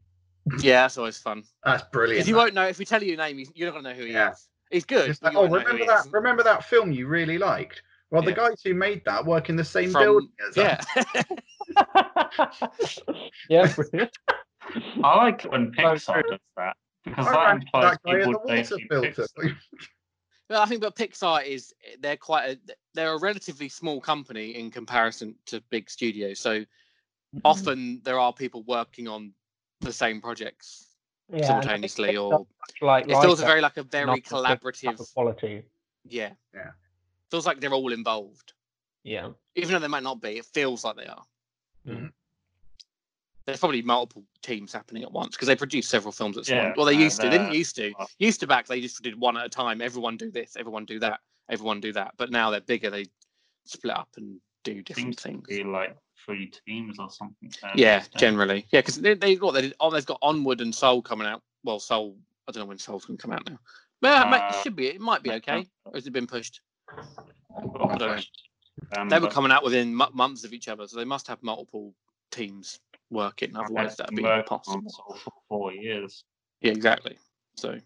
B: Yeah, that's always fun.
A: That's brilliant.
B: Because you won't know if we tell you your name, you- you're not gonna know who he
A: Yeah.
B: is. He's good.
A: It's
B: but
A: like,
B: you
A: oh,
B: won't know who
A: remember
B: he
A: that?
B: is.
A: Remember that film you really liked? Well, the
B: Yeah.
A: guys who made that work in the same
B: From-
A: building as us.
B: Yeah,
D: yeah, brilliant.
E: I like it when
D: Oh,
E: Pixar does that because
A: I
E: that
A: ran into
E: implies
A: that guy at the
E: people don't
A: water
E: do
A: filter.
E: Pixar.
B: Well, I think but Pixar is they're quite a they're a relatively small company in comparison to big studios. So
A: Mm.
B: often there are people working on the same projects
D: Yeah, and I think
B: simultaneously,
D: Pixar
B: or
D: much like
B: it feels
D: Leica,
B: very like a very
D: not just the type
B: collaborative.
D: of quality.
B: Yeah,
A: Yeah.
B: feels like they're all involved,
D: Yeah.
B: even though they might not be. It feels like they are.
E: Mm-hmm.
D: Mm.
B: There's probably multiple teams happening at once because they produce several films at
E: Yeah,
B: once. Well, they
E: uh,
B: used to. They didn't
E: they're-
B: used to. Used to back, they just did one at a time. Everyone do this, everyone do that, everyone do that. But now they're bigger. They split up and do different
E: Seems to
B: things.
E: be like three teams or something. there
B: Yeah,
E: instead.
B: generally. Yeah, because they, they what they did. Oh, they've got Onward and Soul coming out. Well, Soul. I don't know when Soul's going to come out now. But it
E: Uh,
B: should be. It might be
E: yeah.
B: okay. Or has it been pushed?
E: I've got
B: I don't know.
E: pushed. Um,
B: They were
E: but-
B: coming out within m- months of each other, so they must have multiple teams working. Otherwise, that'd be
E: Worked on
B: impossible.
E: Soul for four years.
B: Yeah, exactly. So,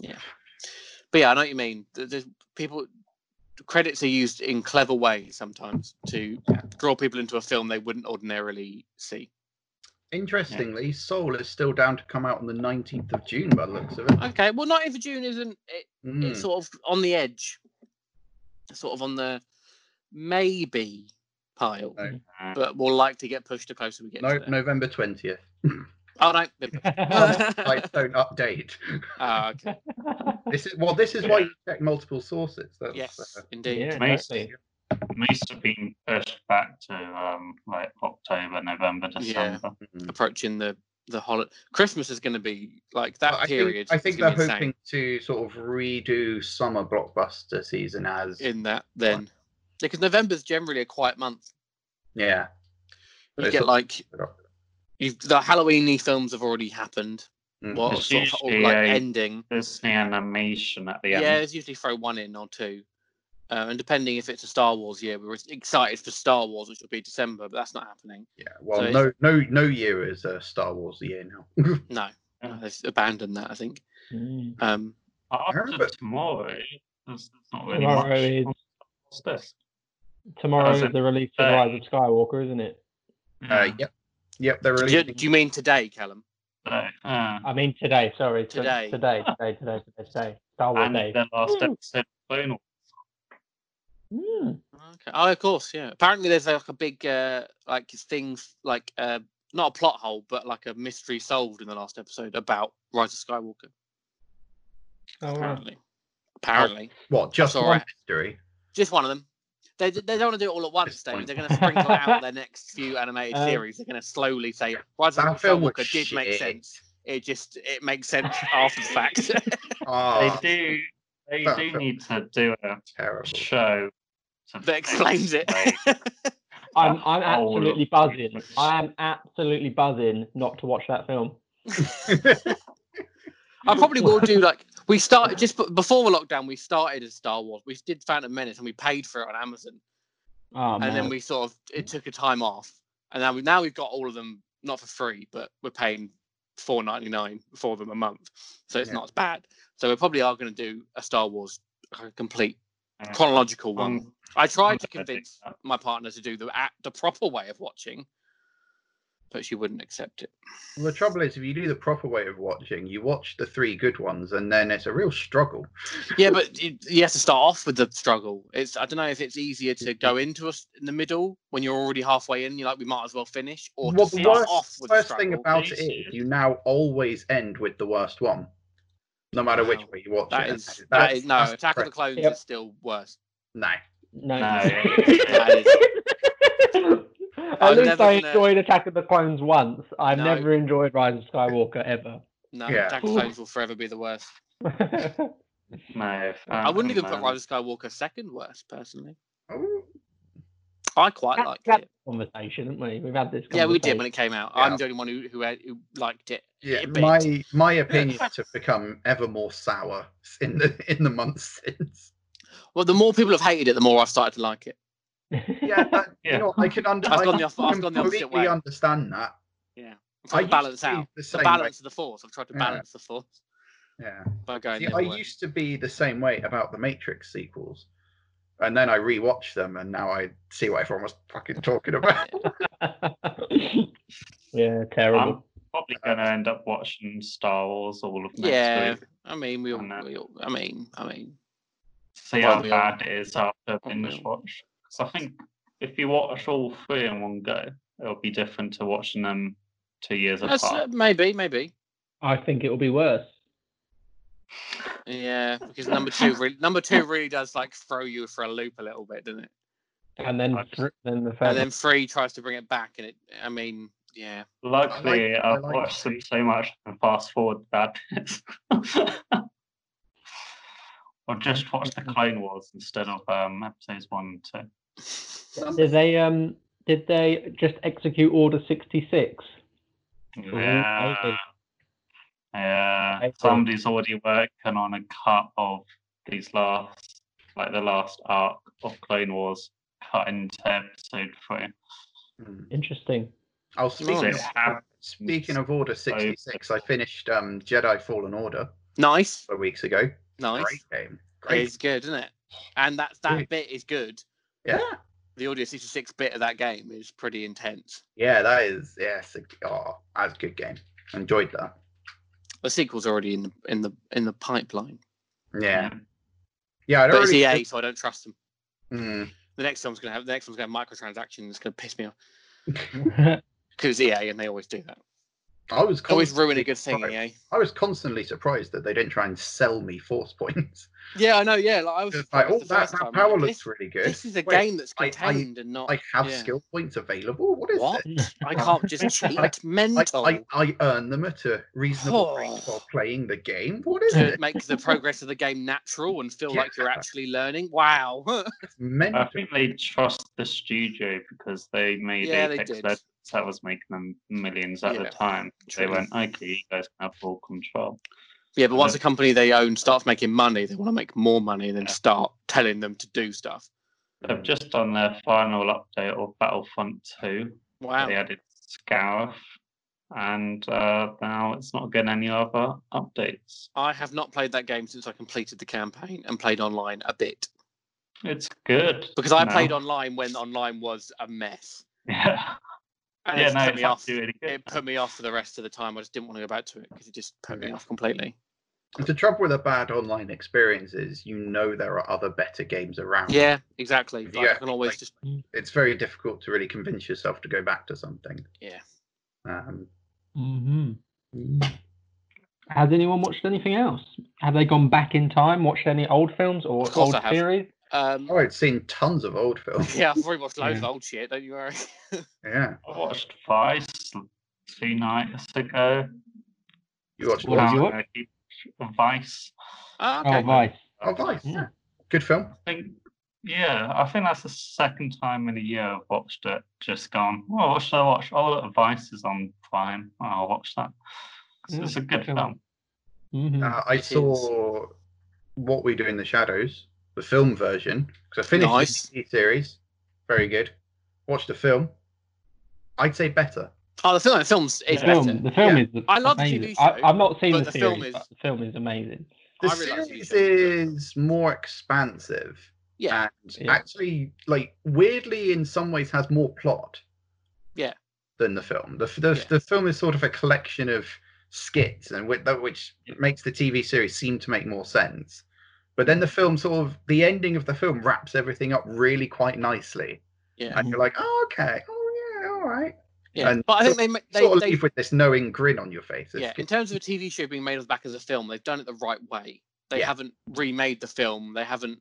B: yeah, but yeah, I know what you mean. Th- There's people credits are used in clever ways sometimes to draw people into a film they wouldn't ordinarily see.
A: Interestingly, Soul is still down to come out on the 19th of June by the looks of it.
B: Okay, well, not if June isn't. It,
A: Mm.
B: It's sort of on the edge, sort of on the maybe pile,
A: No.
E: Uh,
B: but will likely get pushed the closer we get.
A: No,
B: to there.
A: November 20th.
B: Oh no.
A: I don't update.
B: Ah, okay.
A: This is well. This is why you check multiple sources. That's,
B: Yes,
A: uh,
B: indeed.
E: Amazing. most have been pushed back to um, like October, November, December.
A: mm.
B: Approaching the the holiday, Christmas is going to be like that
A: But I
B: period.
A: Think, I think
B: is
A: they're
B: gonna be
A: hoping
B: insane
A: to sort of redo summer blockbuster season as
B: in that then, because November's generally a quiet month.
A: yeah. uh,
B: You
A: It's
B: get
A: all-
B: like you've, the Halloweeny films have already happened.
A: Mm.
B: Well,
E: It's
B: sort of, or,
E: usually
B: like
E: a-
B: ending.
E: There's the animation at the
B: Yeah,
E: end.
B: there's usually throw one in or two. Uh, and depending if it's a Star Wars year, we were excited for Star Wars, which will be December, but that's not happening.
A: yeah. Well,
B: so
A: no, no, no year is uh, Star Wars year now.
B: No,
E: Yeah.
B: no, they've abandoned that, I think.
D: Mm.
B: Um,
E: After
A: Remember-
E: tomorrow, there's, there's not really
D: Tomorrow is
E: much. What's this?
D: tomorrow
E: As
D: is
E: in
D: the release
B: Uh,
D: of
E: today.
D: Rise of Skywalker, isn't it?
A: uh, yep, yep. They're
B: do, you,
A: releasing.
B: Mm. do you mean today, Callum?
E: Yeah, so, uh,
D: I mean today. Sorry, to-
B: Today. uh,
D: today, today, today, today, today. Star Wars
E: and
D: Day.
E: the last
D: Mm.
E: episode of Clone Wars.
D: Mm.
B: Okay. Oh, of course, yeah. Apparently, there's like a big uh, like thing, like uh, not a plot hole, but like a mystery solved in the last episode about Rise of Skywalker.
D: Oh, wow.
B: Apparently, apparently,
A: What? Just
B: all
A: one
B: right.
A: mystery.
B: just one of them. They, they don't want to do it all at once, David. They're going to sprinkle out their next few animated
D: Um,
B: series. They're going to slowly say Rise of
A: That film was
B: Skywalker did make
A: shit.
B: sense. It just it makes sense after the fact.
A: Ah,
E: they do. They
A: That-
E: do
A: that-
E: need to do a
A: terrible.
E: show to
B: that explains it.
E: explain.
D: I'm I'm
E: Oh, look.
D: absolutely buzzing. I am absolutely buzzing not to watch that film.
B: I probably will do like we started just b- before the lockdown. We started as Star Wars. We did Phantom Menace and we paid for it on Amazon.
D: Oh,
B: and then
D: man.
B: we sort of it took a time off, and now we now we've got all of them not for free, but we're paying four ninety nine for them a month, so it's
A: Yeah.
B: not as bad. So we probably are going to do a Star Wars a complete
E: Yeah.
A: Mm.
B: chronological one.
E: Um,
B: I tried to
E: I'm gonna do
B: convince
E: that.
B: my partner to do the at the proper way of watching, but she wouldn't accept it.
A: Well, the trouble is, if you do the proper way of watching, you watch the three good ones, and then it's a real struggle.
B: Yeah, but you, you have to start off with the struggle. It's I don't know if it's easier to go into us in the middle when you're already halfway in. You're like we might as well finish, or to
A: Well, the
B: start
A: worst,
B: off with
A: worst
B: the
A: thing
B: struggle.
A: about it is you now always end with the worst one, no matter
B: Wow.
A: which way you watch
B: That
A: it.
B: is
A: That's-
B: that is no
A: that's
B: Attack of the
A: correct.
B: Clones
D: Yep.
B: is still worse.
A: No,
D: No.
E: No,
B: That is-
D: At
B: I'm
D: least
B: never
D: I
B: gonna-
D: enjoyed Attack of the Clones once. I've
B: No.
D: never enjoyed Rise of Skywalker ever.
B: no,
A: Yeah.
B: Attack of the Clones will forever be the worst.
E: no. um,
B: I wouldn't even put
E: Phantom
B: Rise of Skywalker second worst personally.
A: Oh,
B: I quite
D: That-
B: like
D: that-
B: it.
D: conversation, haven't we? We've had this.
B: Yeah, we did
D: conversation.
B: when it came out.
A: Yeah.
B: I'm the only one who who, had- who liked it.
A: yeah,
B: a bit.
A: my my opinions have become ever more sour in the in the months since.
B: Well, the more people have hated it, the more I've started to like it.
A: Yeah, that,
E: Yeah.
A: you know, I can under,
B: I've
A: I
B: gone the off- I've gone the opposite
A: completely
B: way.
A: understand that.
B: I'm trying to
A: used
B: balance
A: to be
B: out
A: the
B: the
A: same way.
B: balance of the force. I've tried to
A: Yeah.
B: balance the force
A: Yeah.
B: by going.
A: See,
B: the
A: I
B: other way.
A: used to be the same way about the Matrix sequels, and then I rewatched them, and now I see what everyone was fucking talking about.
D: yeah,
B: Um,
D: terrible.
E: probably going to end up watching Star Wars all of next
B: yeah,
E: week.
B: I mean, we all,
E: On that.
B: we all. I mean, I mean,
E: See
B: Well,
E: how
B: we are-
E: bad it is after
B: we
E: binge
B: will.
E: watch. Because I think if you watch all three in one go, it'll be different to watching them two years
B: that's, uh,
E: apart.
B: maybe, maybe.
D: I think it will be worse.
B: Yeah, because number two, really, number two really does like throw you for a loop a little bit, doesn't it?
D: And then,
E: I just-
D: fr- then the first.
B: And then three tries to bring it back, and it. I mean, yeah.
E: Luckily,
A: I like- I
E: I've
A: like
E: watched them
A: three.
E: so much and fast forward bad bits. or just watch the Clone Wars instead of um, episodes one and two.
D: did they um? Did they just execute Order sixty six? Ooh,
E: Yeah.
D: okay.
E: Yeah.
D: Okay.
E: Somebody's already working on a cut of these last, like the last arc
B: Oh,
E: of Clone Wars cut into episode three.
A: Hmm.
D: Interesting.
A: Oh, speaking
E: It
B: Nice.
A: of
E: happens.
A: speaking of Order sixty six, I finished um, Jedi Fallen Order
B: Nice,
A: a weeks ago.
B: nice.
A: Great game. Great.
B: It's good, isn't it? And that that
A: Great.
B: bit is good.
A: Yeah.
B: The audio 66 bit of that game is pretty intense.
A: Yeah, that is yes. a- Oh, that's a good game. Enjoyed that.
B: The sequel's already in the in the in the pipeline,
A: Yeah.
B: Mm.
A: Yeah, I'd
B: but it's
A: already.
B: EA, so I don't trust them.
A: Mm,
B: The next one's gonna have the next one's gonna have microtransactions. It's gonna piss me off because EA and they always do that.
A: I
B: Always
A: was constantly
B: ruin a good thing,
A: surprised-
B: EA.
A: I was constantly surprised that they didn't try and sell me force points.
B: Yeah, I know. Yeah, like I was
A: Just like,
B: surprised the
A: oh, that,
B: first time,
A: that
B: I'm
A: power
B: like,
A: looks
B: this,
A: really good.
B: this is a
A: Wait,
B: game that's
A: I- I-
B: contained and not.
A: I have
B: yeah.
A: skill points available. What is
B: What?
A: this?
B: I can't just cheat.
A: I,
B: Mental.
A: I, I earn them at a reasonable rate
B: Oh.
A: while playing the game. What is
B: to
A: it?
B: make the progress of the game natural and feel like you're
A: Yeah.
B: actually learning. Wow.
A: It's meant
E: I
A: to
E: think they trust the studio because they made
B: Yeah, they
E: Apex
B: did.
E: Legends that was making them millions at
B: Yeah,
E: the time.
B: true.
E: They went, okay, you guys can have full control.
B: yeah, but once
E: Yeah.
B: a company they own starts making money, they want to make more money and then
E: Yeah.
B: start telling them to do stuff.
D: Hmm.
E: They've just done their final update of Battlefront 2.
B: Wow.
E: They added Scarif, and uh, now it's not getting any other updates.
B: I have not played that game since I completed the campaign and played online a bit
E: It's good
B: because I
E: now.
B: played online when online was a mess.
E: Yeah,
B: And
E: yeah,
B: it
E: no,
B: put
E: it's
B: me off.
E: actually really good.
B: It put me off for the rest of the time. I just didn't want to go back to it because it just put me off completely.
A: The trouble with a bad online experience is you know there are other better games around.
B: Yeah, exactly. Like,
A: Yeah,
B: I can always
A: like-
B: just
A: It's very difficult to really convince yourself to go back to something.
B: Yeah.
A: Um,
D: hmm Has anyone watched anything else? Have they gone back in time, watched any old films or
B: Of course
D: old
B: I have.
D: series?
B: um
A: oh, I'd seen tons of old films.
B: yeah, I've already watched loads
D: Yeah.
B: of old shit, don't you worry.
A: Yeah.
E: I watched Vice two nights ago.
A: You watched
D: What did
A: Vice.
D: you
E: Now
D: watch?
E: I'm gonna keep Vice.
B: Ah,
D: Oh, Vice.
A: Oh, Vice.
D: Yeah.
A: Yeah. Good film.
E: I think, yeah, I think that's the second time in a year I've watched it. Just gone, well, what should I watch? Oh, look, Vice is on Prime. Oh, I'll watch that. So
D: Mm,
E: it's a good
D: okay.
E: film.
D: Mhm.
A: Uh, I
B: It is.
A: saw What We Do in the Shadows, the film version, because I finished
B: Nice.
A: the TV series. Very good. Watched the film. I'd say better.
B: Oh, the film, the film's
D: The
B: is better.
D: film, the film
A: Yeah.
D: is
B: I love the
D: amazing.
B: TV show,
D: I, I've not seen
B: but
D: the,
B: the
D: series,
B: film is-
D: but the film is amazing.
A: the
B: I realise you
A: series
B: said it,
A: is more expansive
B: Yeah.
A: and
D: Yeah.
A: actually like weirdly in some ways has more plot
B: Yeah.
A: than the film the, f- the, f-
B: Yeah.
A: the film is sort of a collection of skits and with that which makes the tv series seem to make more sense but then the film sort of the ending of the film wraps everything up really quite nicely
B: Yeah.
A: and you're like oh okay oh yeah all right
B: Yeah,
A: And
B: but I think they ma- they,
A: sort of
B: they
A: leave with this knowing grin on your face It's
B: yeah.
A: good.
B: In terms of a TV show being made back as a film, they've done it the right way. They
A: Yeah.
B: haven't remade the film. They haven't.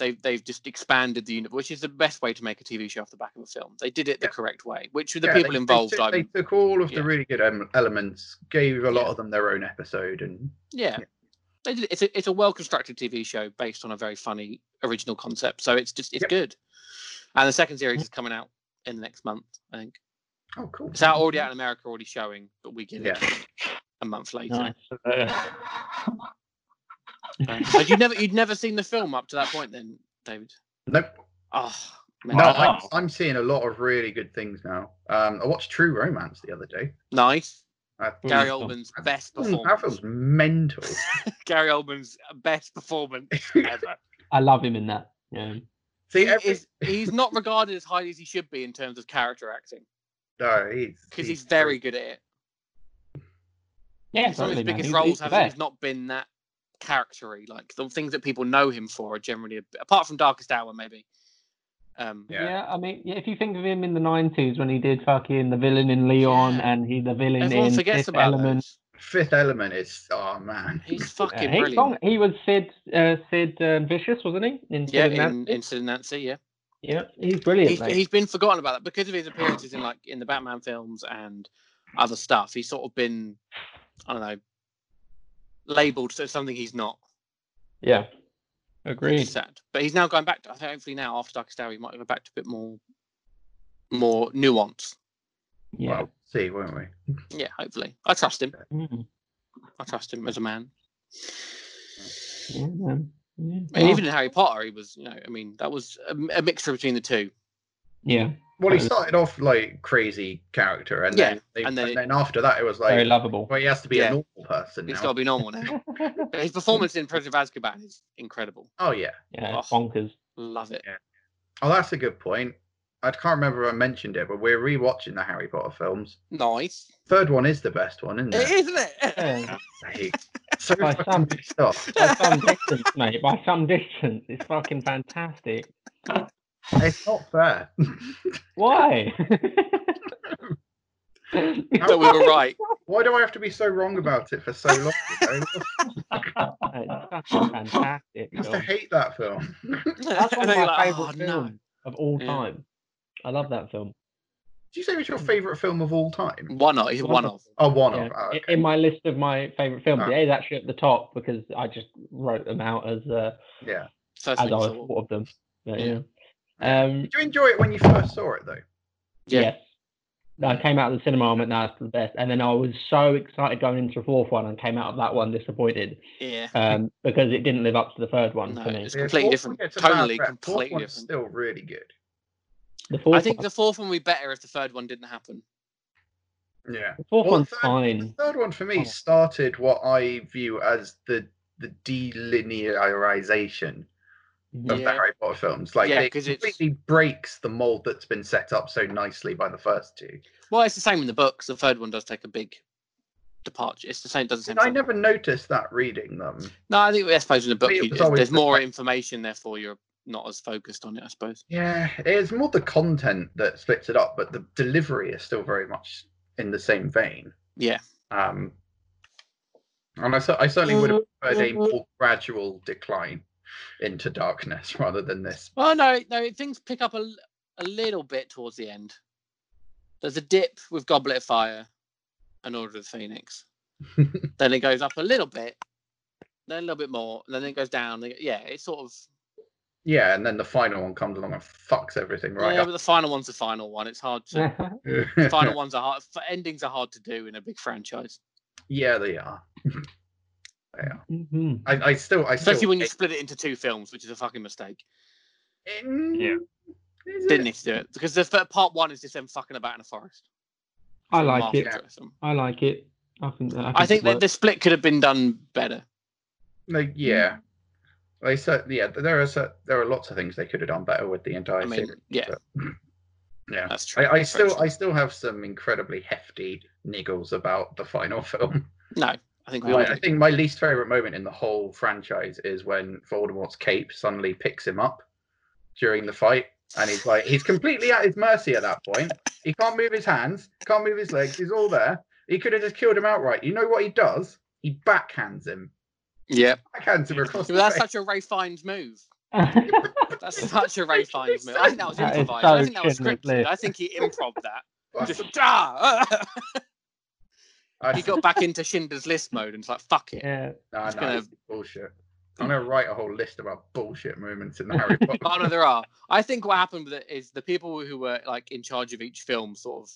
B: They've they've just expanded the universe, which is the best way to make a TV show off the back of a film. They did it the
A: Yeah. correct
B: correct way, which the
A: Yeah,
B: people
A: they-
B: involved,
A: They took,
B: I'm
A: they took all of
B: yeah.
A: the really good um, elements, gave a lot
B: Yeah.
A: of them their own episode, and
B: yeah.
A: yeah.
B: They did, it's a it's a well constructed TV show based on a very funny original concept, so it's just it's
A: Yep. Mm-hmm.
B: good. And the second series is coming out in the next month, I think.
A: oh, cool.
B: It's out already out in America, already showing, but we get
A: Yeah,
B: it a month later.
D: Nice.
E: Uh,
B: Uh, but you'd never you'd never seen the film up to that point then, David.
A: nope.
B: Oh
A: No,
B: man.
E: Wow.
A: I'm, I'm seeing a lot of really good things now. Um, I watched True Romance the other day.
B: nice.
A: Uh,
B: Gary
D: film.
B: Oldman's best
A: that
B: performance.
A: film's mental.
B: Gary Oldman's best performance ever.
D: I love him in that. Yeah.
A: See,
B: He
A: every,
B: is, he's not regarded as highly as he should be in terms of character acting
A: no, he's
B: because he's very good at it.
D: Yeah,
B: Some of his
D: totally, man.
B: biggest
D: He's-
B: roles
D: he's the
B: haven't he's
D: best.
B: not been that charactery. Like the things that people know him for are generally a bit- apart from Darkest Hour maybe. Um,
A: Yeah.
D: Yeah. I mean, yeah, if you think of him in the '90s when he did fucking the villain in Leon
B: Yeah.
D: and he the villain
B: everyone
D: in
B: forgets
D: Fifth
B: about
D: Element,
B: those.
A: Fifth Element is oh man,
B: He's
D: Yeah,
B: fucking
D: he,
B: brilliant.
D: song- he was Sid uh, Sid uh, Vicious, wasn't he? In Sid
B: yeah,
D: and
B: in,
D: Nancy?
B: in Sid and Nancy, yeah.
D: yeah, he's brilliant.
B: he's,
D: mate.
B: he's been forgotten about that because of his appearances in like in the Batman films and other stuff. He's sort of been, I don't know, labelled as something he's not.
D: yeah,
B: which
D: agreed.
B: is Sad, but he's now going back. To, I think hopefully now after Darkest Hour, he might go back to a bit more, more nuance.
D: Yeah,
A: well, see, won't we?
B: Yeah, hopefully. I trust him.
D: Mm,
B: I trust him as a man.
D: yeah, man. Yeah.
B: And even in Harry Potter, he was, you know, I mean, that was a, a mixture between the two.
D: yeah,
A: Well, he started off like crazy character, and
B: Yeah,
A: then they,
B: and
A: and
B: then
A: then,
B: it-
A: after that, it was
D: Very
A: like,
D: lovable.
A: well, he has to be
B: Yeah.
A: a normal person
B: He's
A: now.
B: got to be normal now. But His performance in Prisoner of Azkaban is incredible.
A: Oh yeah.
D: Yeah, it's bonkers.
B: Love it.
A: Oh, that's a good point. I can't remember if I mentioned it, but we're rewatching the Harry Potter films.
B: Nice.
A: Third one is the best one, isn't
B: It
A: it?
B: is, isn't it?
D: Yeah.
A: Like, so
D: By
A: fucking
D: some-
A: pissed off.
D: By some distance, mate. By some distance. It's fucking fantastic.
A: It's not fair.
D: Why?
B: But we were right.
A: Why do I have to be so wrong about it for so long? You know?
D: It's fucking fantastic.
A: I must
D: film.
A: hate that film. Did
D: That's
B: And then
D: one of my
B: you're like,
D: favourite
B: "Oh, no."
D: films of all
B: Yeah.
D: time. I love that film.
A: you say it's your favourite film of all time?
B: One of, it's one
D: Wonderful.
B: of.
A: Oh, one
D: Yeah.
A: of. Oh,
D: i-
A: okay.
D: In my list of my favourite films,
B: Uh.
A: Ah.
D: it is actually at the top because I just wrote them out as uh,
A: Yeah.
B: First
D: as I
B: thing I
D: was
B: saw.
D: thought of them. But, yeah.
B: Yeah.
D: Um,
A: Did you enjoy it when you first saw it though?
B: Yeah.
D: Yes. No, I came out of the cinema and went, no, it's the best. And then I was so excited going into the fourth one and came out of that one disappointed
B: Yeah.
D: um, because it didn't live up to the third one
B: No,
D: for me.
B: it's
A: Yeah,
B: completely
A: fourth
B: different.
A: one gets a bad
B: Totally,
A: rep. Fourth
B: completely
A: one's
B: different.
A: Still really good.
D: The
B: I
D: fourth,
B: think
D: one,
B: the fourth one would be better if the third one didn't happen.
A: Yeah.
D: the fourth
A: well,
D: one's
A: third- The
B: Mm.
D: fine.
A: third one for me
D: Oh.
A: started what I view as the the delinearization of the
B: Yeah.
A: Harry Potter films. Like
B: Yeah,
A: it
B: 'cause it's-
A: completely breaks the mold that's been set up so nicely by the first two.
B: Well, it's the same in the books. The third one does take a big departure. It's the same. Does the same.
A: And I
B: thing.
A: never noticed that reading them.
B: No, I think I suppose in the book
A: it
B: you-
A: was always
B: there's
A: the
B: more
A: same.
B: information, therefore you're not as focused on it. I suppose.
A: Yeah, it's more the content that splits it up, but the delivery is still very much in the same vein.
B: Yeah.
A: Um, and I, cer- I certainly would have
B: Mm-hmm.
A: preferred a more gradual decline into darkness rather than this.
B: Well, no, no, things pick up a, l- a little bit towards the end. There's a dip with Goblet of Fire and Order of the Phoenix. then it goes up a little bit, then a little bit more, and then it goes down. then- Yeah, it's sort of.
A: Yeah, and then the final one comes along and fucks everything right
B: Yeah, but the final one's the final one. It's hard
D: Mm-hmm.
B: to.
A: up.
B: final ones are hard. f- Endings are hard to do in a big franchise,
A: yeah, they are. they are.
D: Mhm.
A: I, I still, I still.
B: especially when you split it into two films, which is a fucking mistake.
A: Yeah.
B: Didn't need to do it because the fir- part one is just them fucking about in a forest.
D: I
B: for a
D: like it.
B: master or something.
D: I like it. I think, I think,
B: I think
D: it
B: that
D: works.
B: the split could have been done better.
A: Like, yeah. They said, yeah, there are cer- there are lots of things they could have done better with the entire
B: I mean, uh,
A: series.
B: yeah,
A: Yeah,
B: that's true.
A: I, I
B: That's very
A: still
B: true.
A: I still have some incredibly hefty niggles about the final film.
B: no, I think we all.
A: Like, Oh, I
B: do.
A: think my least favorite moment in the whole franchise is when Voldemort's cape suddenly picks him up during the fight, and he's like he's completely at his mercy at that point. He can't move his hands, can't move his legs. He's all there. He could have just killed him outright. You know what he does? He backhands him.
B: Yeah,
A: Backhands him across
B: But
A: the
B: that's
A: face.
B: such a Ray Fine's move.
D: that
B: That's such a Ray Fine's move. I think that was
D: That is
B: improvised.
D: so
B: I think that was
D: shameless.
B: scripted. I think he improv that.
A: That's-
B: Just ah!
A: I-
B: he got back into Schindler's List mode and it's like fuck it.
D: yeah.
A: Nah,
B: Just
A: nah,
B: gonna-
A: this is bullshit. I'm gonna write a whole list about bullshit moments in the Harry Potter.
B: Oh no, there are. I think what happened with it is the people who were like in charge of each film sort of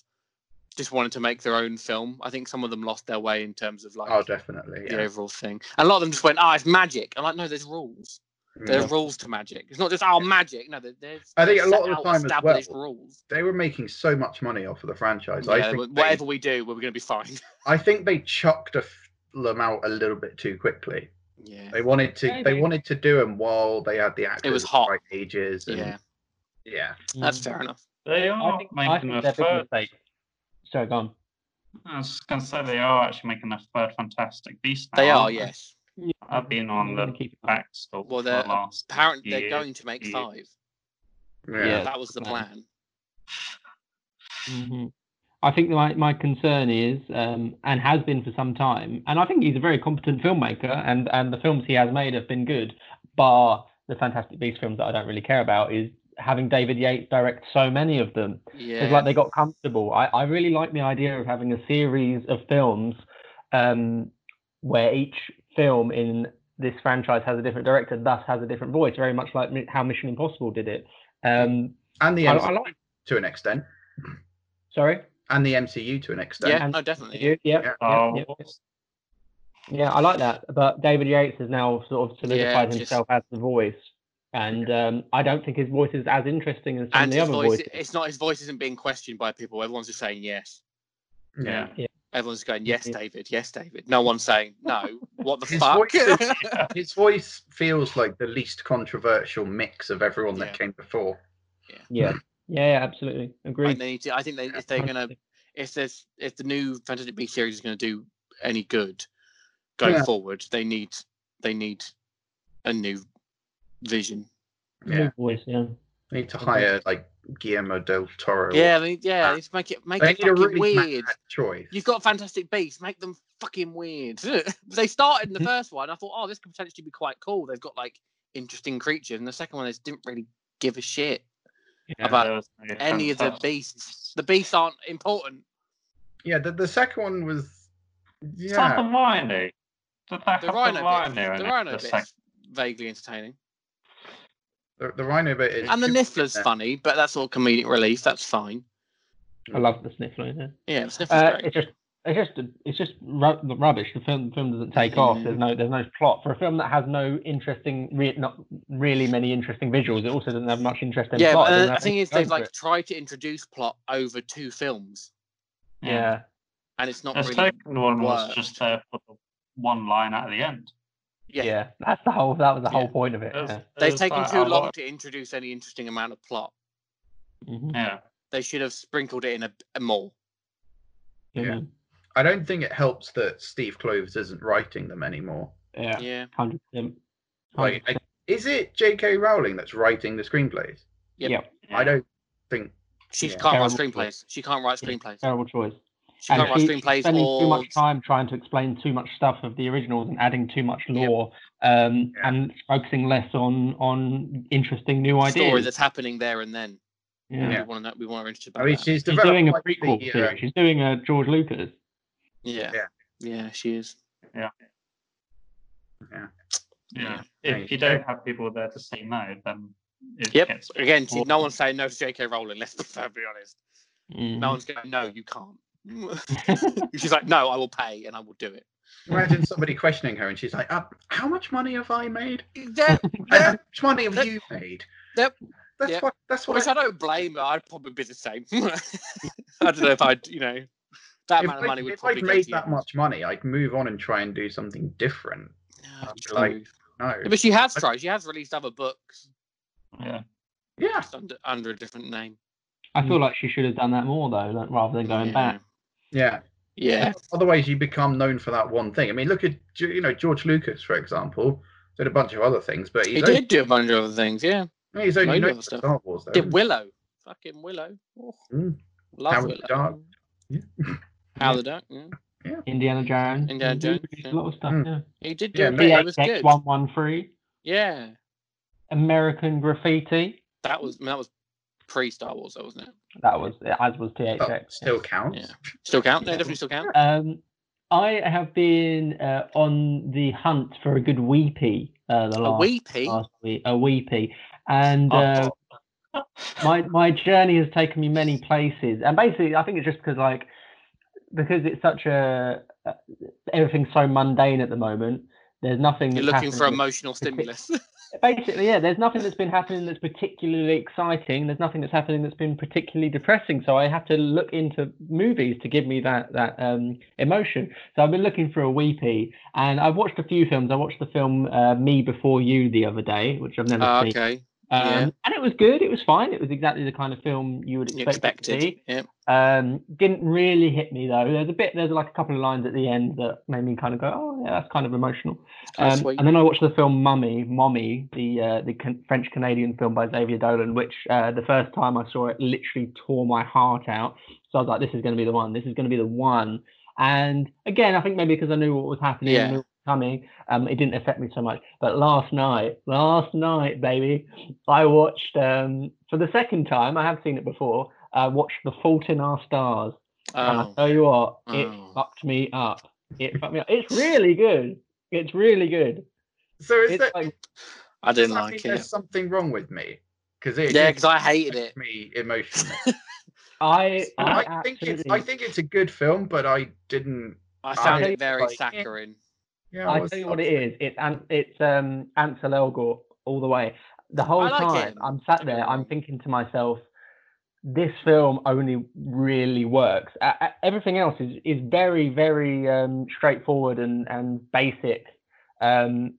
B: just wanted to make their own film. I think some of them lost their way in terms of like
A: Oh, definitely.
B: the
A: Yeah.
B: overall thing, and a lot of them just went, "Ah, it's magic." I'm like, no, there's rules. There are
D: Mm.
A: Yeah.
B: rules to magic. It's not just oh magic. No, there- there's.
A: I think
B: there's
A: a lot
B: set
A: of the
B: out
A: time as
B: established
A: well,
B: rules.
A: They were making so much money off of the franchise. I,
B: Yeah,
A: think
B: wh-
A: they,
B: whatever we do, we're going to be fine.
A: I think they chucked a f- them out a little bit too quickly.
B: yeah,
A: They wanted to. They
D: Maybe.
A: wanted to do them while they had the actors.
B: was
A: at the
B: hot.
A: Right ages. And,
B: yeah,
A: yeah. Yeah.
B: that's fair enough.
E: They
D: mm. I
E: are
D: think, I
E: making
D: think
E: a
D: they're big
E: third.
D: mistakes. Sorry, go on.
E: I was going to say they are actually making a third Fantastic Beast.
B: They
E: now,
B: are,
E: aren't
B: yes.
E: I've been on
D: We're gonna
E: the
D: keep it up.
E: back stall
B: Well,
E: for the
B: they're
E: last.
B: Apparently, they're
E: Yeah,
B: going to make
E: yeah.
B: five.
A: Yeah.
D: Yeah.
B: that was the
D: plan.
B: plan.
D: Mhm. I think my, my concern is, um, and has been for some time, and I think he's a very competent filmmaker, and, and the films he has made have been good, bar the Fantastic Beast films that I don't really care about, is having David Yates direct so many of them.
B: Yeah,
D: It's like they got comfortable. I, I really like the idea of having a series of films um, where each film in this franchise has a different director, thus has a different voice, very much like mi- how Mission Impossible did it. Um,
A: And the
D: I,
A: MCU
D: I like.
A: to an extent,
D: Sorry.
A: and the MCU to an extent.
B: yeah,
D: and-
B: no, definitely.
D: Yeah, yeah,
A: Yeah.
D: yeah,
E: Star
D: yeah.
E: Wars.
D: Yeah, I like that. But David Yates has now sort of
B: Yeah,
D: solidified
B: just-
D: himself as the voice, and um, I don't think his voice is as interesting as some
B: And
D: of the
B: his
D: other
B: voice,
D: voices.
B: it's not his voice isn't being questioned by people. Everyone's just saying yes.
A: Mm.
E: Yeah.
B: Everyone's just going, yes,
D: Yeah.
B: David, yes, David. No one's saying, no, what the
A: His
B: fuck?
A: voice- His voice feels like the least controversial mix of everyone that
B: Yeah.
A: came before.
D: Yeah, yeah, yeah, absolutely,
B: Like,
D: agreed.
B: they need to, I think they, if they're going to, if there's, if the new Fantastic Beasts series is going to do any good going
A: Yeah.
B: forward, they need, they need a new vision.
A: Yeah.
D: voice, yeah.
A: They need to hire like Guillermo del Toro.
B: Yeah, they, yeah,
A: Ah.
B: they just make it, make
A: They
B: it
A: need a
B: fucking
A: really
B: weird.
A: mad choice.
B: You've got Fantastic Beasts, make them fucking weird. they started in
A: Mm-hmm.
B: the first one. I thought, oh, this could potentially be quite cool. They've got like interesting creatures, and the second one they just didn't really give a shit about
E: There was no
B: any of the
E: fantastic-
B: beasts. The beasts aren't important.
A: Yeah, the, the second one was
E: It's not the
A: yeah,
E: rhino. Did that
B: The
E: have
B: rhino,
E: the
B: bit,
E: rhino in
B: the
E: it
B: rhino
E: for a
B: bit's
E: sec?
B: vaguely entertaining,
A: the, the rhino bit is
B: and the
A: too-
B: Niffler's
A: yeah.
B: funny, but that's all comedic relief. That's fine.
D: I love the sniffler. Yeah.
B: Yeah, the Sniffler's
D: Uh,
B: great.
D: it's just it's just it's just ru- rubbish. The film the film doesn't take
B: Hmm.
D: off. There's no there's no plot for a film that has no interesting, re- not really many interesting visuals. It also doesn't have much interesting
B: Yeah,
D: plot.
B: but
D: It doesn't
B: uh, the
D: have
B: thing
D: anything
B: is, they've
D: going for
B: like tried to introduce plot over two films,
D: it. yeah,
B: and it's not
E: The
B: really.
E: second one was
B: worked.
E: just there for the one line at the end.
D: yeah,
B: Yeah.
D: That's the whole that was the whole
B: Yeah.
D: point of it.
E: It was-
D: Yeah.
E: it
B: They've
E: was
B: taken
E: like,
B: too
E: I
B: long
E: wa-
B: to introduce any interesting amount of plot.
D: Mhm.
E: Yeah.
B: They should have sprinkled it in a, a more.
A: Yeah. I don't think it helps that Steve Cloves isn't writing them anymore.
D: yeah,
B: Yeah,
D: hundred percent.
A: Like, I, is it J.K. Rowling that's writing the screenplays?
B: Yep.
D: Yeah,
A: I don't think.
B: she
A: Yeah.
B: can't write
D: Terrible.
B: screenplays. She can't write
D: Yeah.
B: screenplays.
D: terrible choice.
B: She
D: And
B: can't write
D: she-
B: screenplays
D: spending too
B: or
D: much time trying to explain too much stuff of the originals and adding too much
B: Yep.
D: lore um,
A: Yeah.
D: and focusing less on on interesting new ideas.
B: story that's happening there and then.
D: yeah.
A: Yeah.
B: We want to know. We want to interested
A: I
B: about
A: mean,
B: that.
A: she's
D: She's
A: developed
D: doing a
A: like the,
D: prequel
A: uh,
D: series. She's doing a George Lucas.
B: Yeah.
A: Yeah.
B: Yeah, she is.
E: Yeah.
A: Yeah.
E: If you don't have people there to say no, then it
B: Yep.
E: gets
B: Again, she, no
E: Well-
B: one's saying no to J.K. Rowling. Let's be perfectly honest.
D: Mm. Mm-hmm.
B: No one's going. No, you can't. She's like, no, I will pay and I will do it.
A: Imagine somebody questioning her, and she's like, uh, "How much monch money have I made?
B: Yeah,
A: And
B: yeah.
A: how much money have
B: Yep.
A: you made?"
B: Yep.
A: That's
B: Yep.
A: what. That's what.
B: Which I don't blame her. I'd probably be the same. I don't know if I'd, you know, that
A: if
B: amount of money
A: I'd,
B: would
A: if
B: probably
A: I'd
B: go to
A: made
B: you.
A: that much money, I'd move on and try and do something different.
B: Yeah,
A: I'd be
B: true.
A: like, No.
B: Yeah, but she has tried. She has released other books
E: yeah.
A: Yeah.
B: just under, under a different name.
D: I
B: Mm.
D: feel like she should have done that more though, like, rather than going
B: Yeah.
D: back.
A: Yeah.
B: Yeah.
A: Otherwise, you become known for that one thing. I mean, look at Ge- you know George Lucas, for example, did a bunch of other things, but he's
B: He
A: only,
B: did do a bunch of other things. Yeah.
A: he's
B: loads
A: only
B: of
A: known
B: other
A: for
B: stuff.
A: Star Wars, though.
B: Did Willow. Fucking Willow. Oh,
A: Um, Mm.
B: love
A: Howard the
B: Willow.
A: Duck. Yeah.
B: How the Duck. Yeah.
D: Indiana Jones.
B: Indiana
D: he did
B: Jones,
D: produce
B: yeah.
D: A lot of stuff.
A: Mm.
D: Yeah.
B: He did do
A: Yeah,
B: it.
A: no,
B: but It was good.
D: One one three.
B: Yeah.
D: American Graffiti.
B: That was I mean, that was pre Star Wars, though, wasn't it?
D: That was as
B: Oh,
D: was THX.
A: That still counts.
B: Yeah. Still count? No,
D: Yeah.
B: definitely still count.
D: Um, I have been uh, on the hunt for a good weepy uh, the
B: A
D: last,
B: weepy.
D: last week, a weepy, and
E: Oh,
D: uh, my my journey has taken me many places, and basically, I think it's just because like because it's such a uh, everything's so mundane at the moment. There's nothing.
B: You're
D: that's
B: looking for
D: happening
B: emotional stimulus.
D: that's- Basically, yeah. There's nothing that's been happening that's particularly exciting. There's nothing that's happening that's been particularly depressing. So I have to look into movies to give me that that um, emotion. So I've been looking for a weepy, and I've watched a few films. I watched the film uh, Me Before You the other day, which I've never
B: Ah,
D: seen.
B: okay.
D: Um,
B: Yeah.
D: And it was good. It was fine. It was exactly the kind of film you would
B: You
D: expect it to
B: expected.
D: be.
B: Yeah.
D: Um, didn't really hit me though. There's a bit. There's like a couple of lines at the end that made me kind of go, "Oh, yeah, that's kind of emotional."
B: Oh,
D: Um,
B: sweet.
D: and then I watched the film Mummy, Mommy, the uh, the con- French Canadian film by Xavier Dolan, which uh, the first time I saw it literally tore my heart out. So I was like, "This is going to be the one. This is going to be the one." And again, I think maybe because I knew what was happening, I
B: Yeah.
D: knew what was coming, um, it didn't affect me so much. But last night, last night, baby, I watched um, for the second time. I have seen it before. I watched The Fault in Our Stars. And I
B: Oh.
D: tell you what,
B: Oh.
D: uh, it fucked me up. It fucked me up. It's really good. It's really good.
A: So is
D: It's
A: that?
D: like,
B: I
A: does
B: didn't
A: that mean
B: like
A: there's
B: it.
A: something wrong with me? Because it
B: Yeah,
A: it
B: because I hated it.
A: affects me emotionally.
D: I, I,
A: I think it's
D: absolutely-
A: I think it's a good film, but I didn't.
B: I
A: I
B: found
D: tell you
B: it very
A: what, like-
B: saccharine.
A: Yeah,
D: I
A: was-
D: tell you what it is. It's An- it's um Ansel Elgort all the way. the whole
B: I like
D: time
B: him.
D: I'm sat there, I'm thinking to myself, this film only really works. A- a- everything else is is very very um, straightforward and and basic. Um,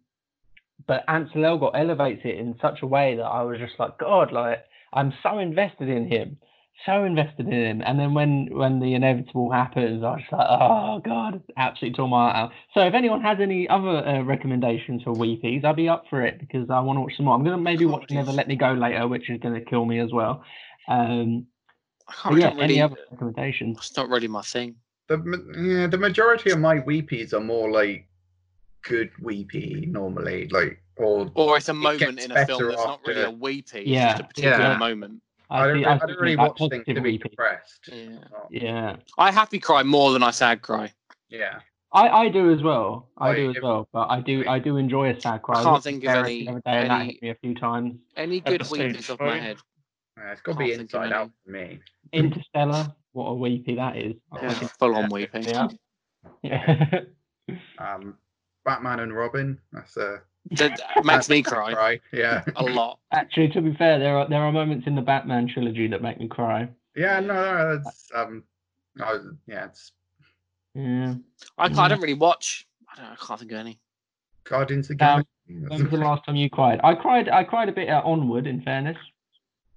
D: but Ansel Elgort elevates it in such a way that I was just like, God, like I'm so invested in him, so invested in him. And then when when the inevitable happens, I was just like, oh God, absolutely tore my heart out. So if anyone has any other uh, recommendations for Weepies, I'd be up for it because I want to watch some more. I'm gonna maybe watch Never Let Me Go later, which is gonna kill me as well. Um,
B: I
D: but
B: can't I
D: yeah,
B: don't
D: any
B: really.
D: other recommendations?
B: It's not really my thing.
A: The ma- yeah, the majority of my weepies are more like good weepy normally, like or
B: Or it's a moment
A: gets
B: in a film
A: better
B: that's not really a
A: after-
B: weepy. It's
D: Yeah,
B: just a particular
A: yeah.
B: moment.
A: I, don't,
D: see-
A: re- I don't
D: see
A: really
D: that
A: watch things
D: positive
A: to be
D: Weepy.
A: depressed.
B: Yeah.
A: Oh,
D: Yeah.
B: I happy cry more than I sad cry.
A: yeah.
D: I, I do as well. I
A: Like,
D: do as
A: if-
D: well, but I do
A: like-
D: I do enjoy a sad cry.
B: can't
D: watched
B: think of
D: Ferris
B: any-
D: the other day, and that
B: any-
D: hit me a few times.
B: Any good
E: Episode
B: weepies off my
E: three.
B: head.
A: Yeah, it's
B: Can't
A: got to
B: think
A: be
B: of
A: inside
B: any.
A: out for me.
D: Interstellar, what a weepy that is. That
B: Oh,
D: fucking-
B: full on weeping.
D: Yeah. Yeah.
A: Um, Batman and Robin. That's a
B: That makes me cry
A: cry. Yeah,
B: a lot.
D: Actually, to be fair, there are there are moments in the Batman trilogy that make me cry.
A: yeah. No, no. That's um. I was, yeah, it's
D: Yeah.
B: I,
D: Mm.
B: can't, I don't really watch. I, don't, I can't think of any.
A: Guardians of the
D: Um,
A: Galaxy.
D: When was the last time you cried? I cried I cried a bit at Onward. In fairness,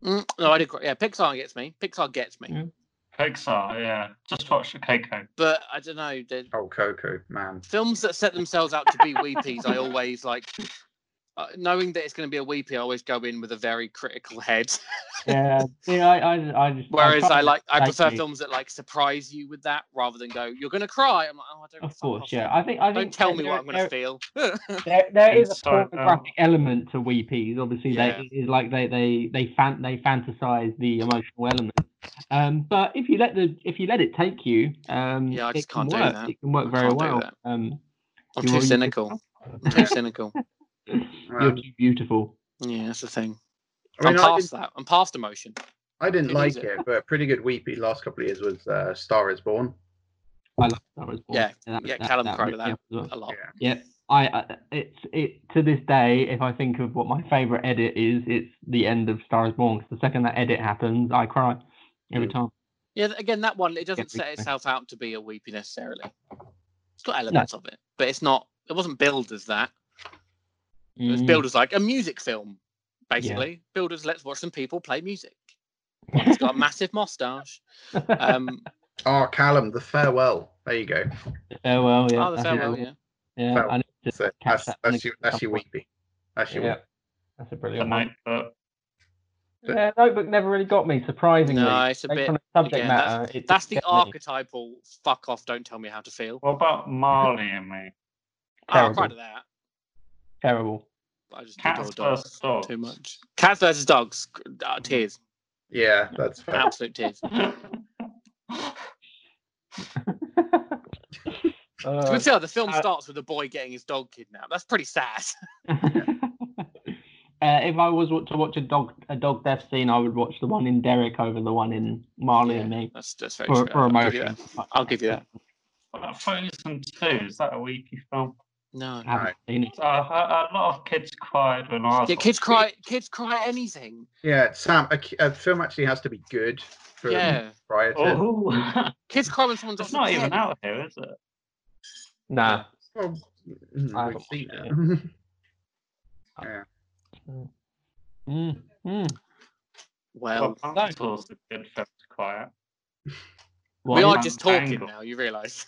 B: Mm, no, I did. cry- Yeah, Pixar gets me. Pixar gets me.
D: Yeah.
E: Pixar, yeah. Just watch the Coco.
B: But I don't know. The
A: Oh, Coco, man.
B: films that set themselves out to be weepies, I always like. Uh, knowing that it's going to be a weepy, I always go in with a very critical head.
D: yeah. See, I I, I just I
B: Whereas
D: try
B: I
D: to
B: like, I
D: take
B: prefer
D: me.
B: films that like surprise you with that rather than go, "You're going to cry." I'm like, "Oh, I don't."
D: Of
B: fuck
D: course,
B: off.
D: yeah. I think I
B: Don't
D: think
B: tell
D: there-
B: me what I'm going
D: there-
B: to feel.
D: There, there is a
E: Inside
D: pornographic
E: Out.
B: um,
D: element to Weepies. Obviously, they it's like they they they fan they fantasize the emotional element. Um, but if you let the if you let it take you, um,
B: Yeah, I
D: it
B: just
D: can
B: can't do
D: work.
B: that.
D: It can work
B: I
D: very
B: can't do
D: well.
B: that.
D: Um,
B: I'm
D: you
B: too
D: are- you-
B: cynical. I'm too cynical.
D: you're
A: Um,
D: too beautiful.
B: Yeah, that's the thing.
A: I mean,
B: I'm
A: I,
B: past
A: did,
B: that. I'm past emotion.
A: I didn't
B: It
A: like
B: is
A: it, but a pretty good weepy last couple of years was uh, Star Is Born.
D: I love Star Wars. Born.
B: Yeah,
D: that,
B: yeah, Callum cried
D: ripped
B: at that.
D: me up as well.
B: A lot.
A: Yeah.
D: Yeah, I, I it's it to this day. If I think of what my favorite edit is, it's the end of Star Is Born. 'cause the second that edit happens, I cry every
A: Mm.
D: time.
B: Yeah, th- again, that one it doesn't
D: we-
B: set itself out to be a weepy necessarily. It's got elements of it, but it's not. It wasn't billed as that. It was
D: Mm.
B: billed as like a music film, basically. Billed as let's watch some people play music. He's got a massive mustache. Um,
A: Oh, Callum, The Farewell. There you go.
D: Farewell, yeah.
B: oh, the
D: that's it.
B: farewell. Yeah.
D: Yeah,
A: Farewell.
D: I need to
A: So
D: catch
A: that's,
D: that.
A: that's, your, that's your
D: one.
A: weepy. That's your
D: Yeah,
A: weepy.
D: that's a
E: The
D: brilliant one.
E: notebook.
D: Yeah, notebook never really got me, surprisingly.
B: No, it's a
D: Based
B: bit-
D: on the subject
B: again, that's-
D: matter. it
B: That's the
D: didn't get me.
B: archetypal fuck off, don't tell me how to feel.
E: What about Marley and me?
B: Oh, I
D: Terrible.
B: cried at that.
D: Terrible.
B: I just
E: Cats
B: adore dogs
E: versus dogs.
B: too much. Cats versus dogs, uh, tears,
A: Yeah, that's fair.
B: absolute tears. to
D: Uh,
B: be fair, the film
D: uh,
B: starts with a boy getting his dog kidnapped. That's pretty sad.
D: Uh, if I was to watch a dog a dog death scene, I would watch the one in Derek over the one in Marley and
B: Yeah,
D: me
B: That's that's very true.
D: for, for
B: I'll give you
D: emotion.
B: that. I'll give you that.
E: What about Frozen 2? Is that a weepy film?
B: No.
D: I haven't
A: Right.
D: seen it.
E: So I heard a lot of kids cried when I was
B: Yeah, kids cry. Kids cry anything.
A: Yeah, Sam, a, ki- a film actually has to be good for
B: Yeah,
A: prior to.
E: Oh,
B: kids cry when someone's off
E: it's
B: the
E: not even
B: peg.
E: out here, is it?
D: Nah.
A: Well, mm,
D: I
A: we've
D: haven't
A: seen
D: watched
A: it.
D: Mm, mm.
B: Well,
E: well,
D: no.
E: Council's a good film to cry at.
D: What?
B: we
E: Well,
B: are
E: yeah.
B: just talking
E: Angle.
B: now. You realise?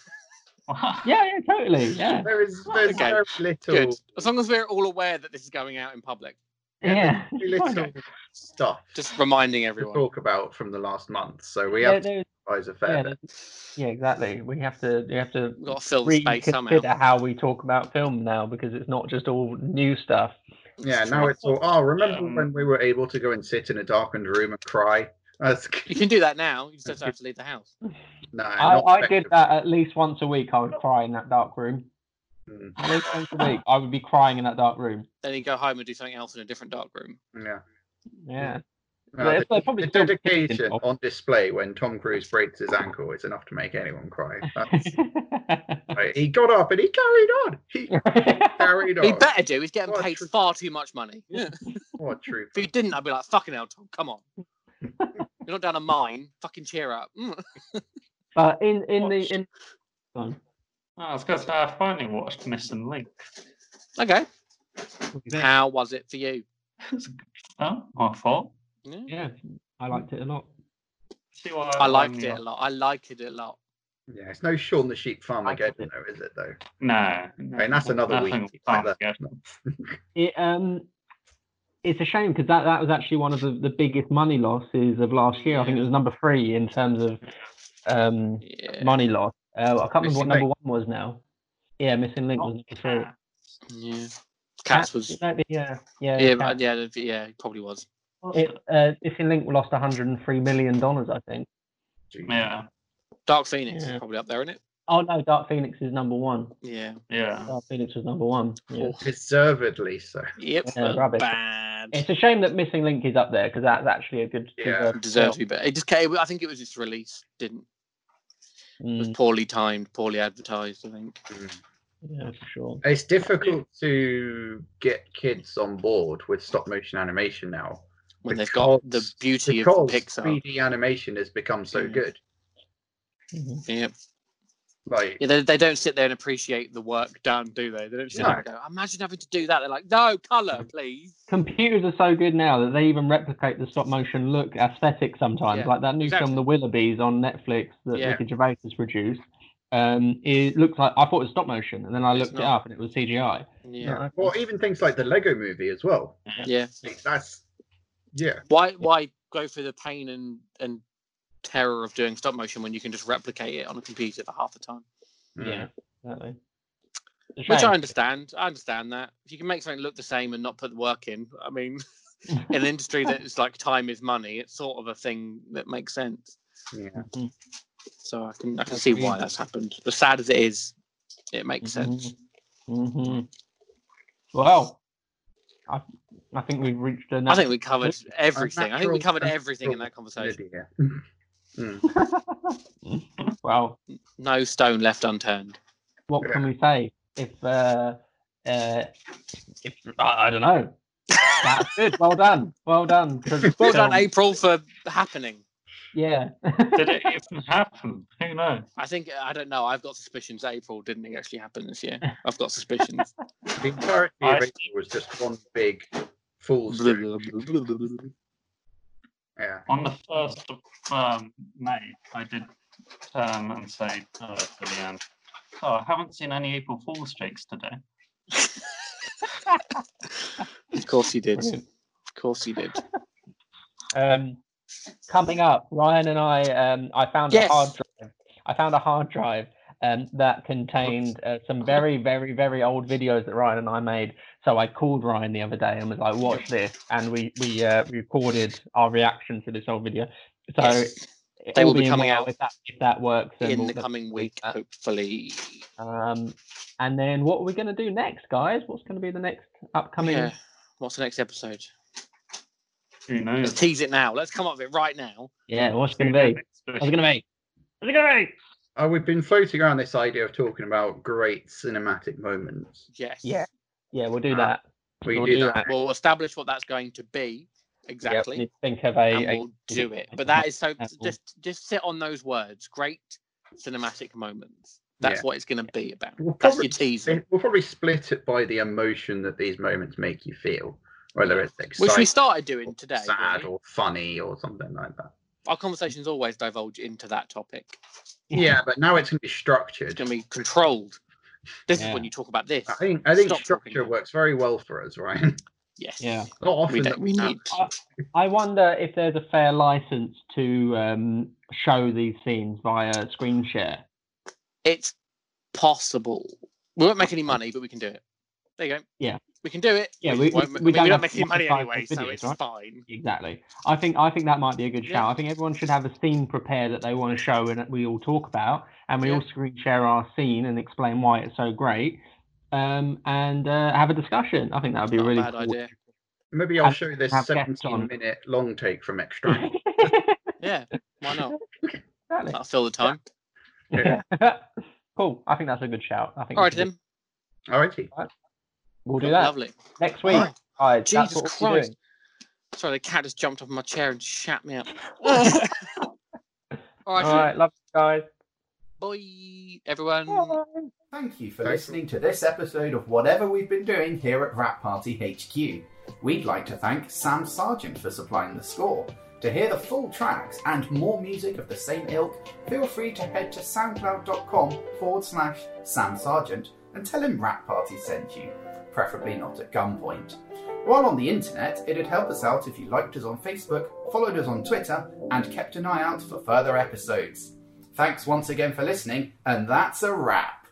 D: Yeah, yeah, totally. Yeah.
A: There is there's
B: Okay.
A: very
B: Good.
A: little,
B: As long as we're all aware that this is going out in public,
D: Yeah.
A: very little
B: Okay.
A: stuff
B: just reminding
A: to
B: everyone.
A: talk about from the last month, so we
D: Yeah,
A: have to
D: there-
A: improvise a
D: yeah,
A: fair
D: there-
A: bit.
D: Yeah, exactly. We have to we have to
B: We've got to fill the space somehow.
D: reconsider how we talk about film now because it's not just all new stuff.
A: Yeah, now it's all. Oh, remember
E: Um,
A: when we were able to go and sit in a darkened room and cry? That's
B: You can do that now. You just have to leave the house.
A: no,
D: I,
A: not
D: I did
A: effective.
D: that at least once a week. I would cry in that dark room.
A: Mm,
D: At least once a week, I would be crying in that dark room.
B: Then you go home and do something else in a different dark room.
A: Yeah,
D: Yeah,
A: No,
D: They're-
A: Mm. the,
D: they're probably
A: the
D: still
A: dedication
D: pissed off.
A: on display when Tom Cruise breaks his ankle is enough to make anyone cry. That's, like, he got up and he carried on. He carried on.
B: He better do. He's getting
A: What a
B: paid
A: tr-
B: far too much money. Yeah.
A: What a trooper.
B: If he didn't, I'd be like, fucking hell, Tom, come on. You're not down a mine. Fucking cheer up. Mm.
D: uh, in in the in
E: Oh, I was going to say, I finally watched Missing Link.
B: Okay. How was it for you?
E: Oh, my fault.
B: Yeah.
D: yeah, I liked it a lot.
E: See why
B: I liked
E: rang
B: it
E: you
B: a
E: up.
B: lot. I liked it a lot.
A: Yeah, it's no Shaun the Sheep Farmageddon,
D: I-
A: though, is it, though?
E: No, no.
A: I mean, that's another
E: nothing
A: week.
E: about
A: Like
E: it.
D: It um, it's a shame because that that was actually one of the, the biggest money losses of last year. I think it was number three in terms of um
B: Yeah.
D: money loss. Uh, I can't remember what
A: Missing
D: number one was now. Yeah, missing link was
E: Not
D: number three.
B: yeah.
E: Cats.
D: Cats
B: Oh. Cats was.
D: might be, yeah, yeah,
B: Yeah,
D: Cats.
B: but- yeah, the- yeah, it probably was.
E: What's
D: It, uh, missing link lost 103 million dollars, I think.
A: Jeez.
E: Yeah,
B: Dark Phoenix
D: Yeah.
B: is probably up there, isn't it?
D: Oh no, Dark Phoenix is number one.
B: Yeah.
E: yeah.
D: Dark Phoenix was number one. Yeah.
A: Well, deservedly so.
B: Yep.
D: Yeah,
B: that's
D: rubbish.
B: bad.
D: It's a shame that Missing Link is up there because that's actually a good.
A: Yeah.
D: deserved
B: Deserved to
D: film.
B: be better. It just came. I think it was its release. Didn't. It was
D: Mm,
B: poorly timed, poorly advertised. I think.
D: yeah, for sure.
A: It's difficult to get kids on board with stop motion animation now.
B: When they've got the
A: Because-
B: beauty of
A: Because
B: Pixar.
A: 3D animation has become so
B: Mm.
A: good.
D: Mhm.
B: Yeah.
A: Like,
B: Yeah, they, they don't sit there and appreciate the work done, do they? They don't sit there and go, imagine having to do that. They're like, no, colour, please.
D: Computers are so good now that they even replicate the stop motion look aesthetic sometimes.
B: Yeah,
D: like that new
B: exactly.
D: film, The Willoughbys, on Netflix that
B: Yeah.
D: Ricky Gervais has produced. Um, it looks like I thought it was stop motion, and then I
B: It's
D: looked it
B: not.
D: up, and it was CGI.
B: Yeah.
D: Like,
A: or even things like the Lego movie as well.
B: Yeah.
A: Like, that's, yeah.
B: Why why go through the pain and, and terror of doing stop motion when you can just replicate it on a computer for half the time?
A: Mm.
D: Yeah, exactly. It's a
B: Which
D: shame.
B: I understand. I understand that. If you can make something look the same and not put the work in, I mean, in an industry that is like time is money, it's sort of a thing that makes sense.
A: Yeah.
B: So I can I can see why that's happened. As sad as it is, it makes
D: Mm-hmm.
B: sense.
D: hmm Mm-hmm. Well, I, I think we've reached a.
B: I think we covered everything. I think we
A: natural-
B: covered everything in that
A: Good
B: conversation.
A: idea.
D: well,
B: No stone left unturned.
D: what can we say? If uh, uh, if I, I don't know. That's good. Well done. Well done. to
B: Well done,
D: film.
B: April, for happening.
D: Yeah.
E: Did it even happen? Who knows?
B: I think uh, I don't know. I've got suspicions. that April didn't actually happen this year. I've got suspicions.
A: The entirety
E: I
A: of it
E: think-
A: was just one big fool's. Yeah.
E: On the first of um, May, I did turn and say uh, to Leanne, "Oh, I haven't seen any April Fool's jokes today."
B: of course you did.
D: Brilliant.
B: Of course you did.
D: Um, coming up, Ryan and I. Um, I found
B: Yes.
D: a hard drive. I found a hard drive. Um, that contained uh, some very, very, very old videos that Ryan and I made. So I called Ryan the other day and was like, "Watch this," and we we uh, recorded our reaction to this old video. So
B: Yes.
D: it
B: They
D: all
B: will be
D: being
B: coming
D: well,
B: out
D: if that, if that works then
B: in
D: we'll
B: the
D: look-
B: coming week,
D: uh,
B: hopefully.
D: Um, and then what are we going to do next, guys? What's going to be the next upcoming?
B: Yeah. What's the next episode?
E: Who
B: Let's
D: Hmm.
E: knows?
B: tease it now. Let's come up with it right now.
D: Yeah, what's going to be? What's going to be? What's it going to be?
A: Uh, we've been floating around this idea of talking about great cinematic moments.
B: Yes.
D: Yeah. Yeah, we'll
B: Uh,
A: Ah,
D: do that.
A: We
D: We'll
A: do
D: do
A: that.
D: that.
B: We'll establish what that's going to be exactly.
D: Yeah, we need to think of a.
B: and
D: a-
B: we'll do it. But that is so
D: Apple.
B: just just sit on those words. Great cinematic moments. That's
A: Yeah.
B: what it's gonna be about.
A: We'll
B: That's your
A: probably-
B: teaser.
A: We'll probably split it by the emotion that these moments make you feel, whether it's
B: Which we
A: exciting,
B: started doing today.
A: sad,
B: really.
A: or funny, or something like that.
B: Our conversations always divulge into that topic.
A: Yeah, but now it's going to be
B: It's
A: structured.
B: gonna be controlled. This is
D: Yeah.
B: when you talk about this.
A: I think I think
B: Stop talking
A: structure
B: now.
A: works very well for us, Ryan.
B: Yes.
D: Yeah.
A: Not often
B: We
A: that
B: don't we
A: have-
B: need
D: Uh, I wonder if there's a fair license to um, show these scenes via screen share.
B: it's possible. We won't make any money, but we can do it. There you go.
D: Yeah.
B: We can do it.
D: Yeah,
B: we,
D: we-
B: won't
D: we
B: ma- I mean, we
D: don't
B: don't,
D: have
B: make
D: to
B: any money
D: monetize
B: anyway,
D: the
B: so
D: videos,
B: it's
D: right?
B: fine.
D: Exactly. I think I think that might be a good
B: Yeah.
D: shout. I think everyone should have a scene prepared that they want to show and that we all talk about, and we
B: Yeah.
D: all screen share our scene and explain why it's so great, um, and uh, have a discussion. I think that would be
B: Not
D: really
B: a bad
D: cool.
B: idea.
A: Maybe I'll
D: And
A: show you this
D: have guests on.
A: 17 minute long take from Extract.
B: Yeah, why not?
D: Exactly.
B: That'll fill the time.
D: cool. I think that's a good shout. I think
B: All
D: we
B: right,
D: should
B: Tim.
A: Alrighty.
D: We'll do that
B: Lovely.
D: next
B: All
D: week.
B: right.
D: guys. That's
B: Jesus
D: what we'll be
B: Christ.
D: doing.
B: Sorry, the cat just jumped off my chair and shat me up. All right,
D: All right, love you guys.
B: bye, everyone.
F: Thank you for
A: Thank you.
F: listening to this episode of whatever we've been doing here at Rap Party HQ. We'd like to thank Sam Sargent for supplying the score. To hear the full tracks and more music of the same ilk, feel free to head to soundcloud.com forward slash Sam Sargent and tell him Rap Party sent you, preferably not at gunpoint. While on the internet, it'd help us out if you liked us on Facebook, followed us on Twitter, and kept an eye out for further episodes. Thanks once again for listening, and that's a wrap.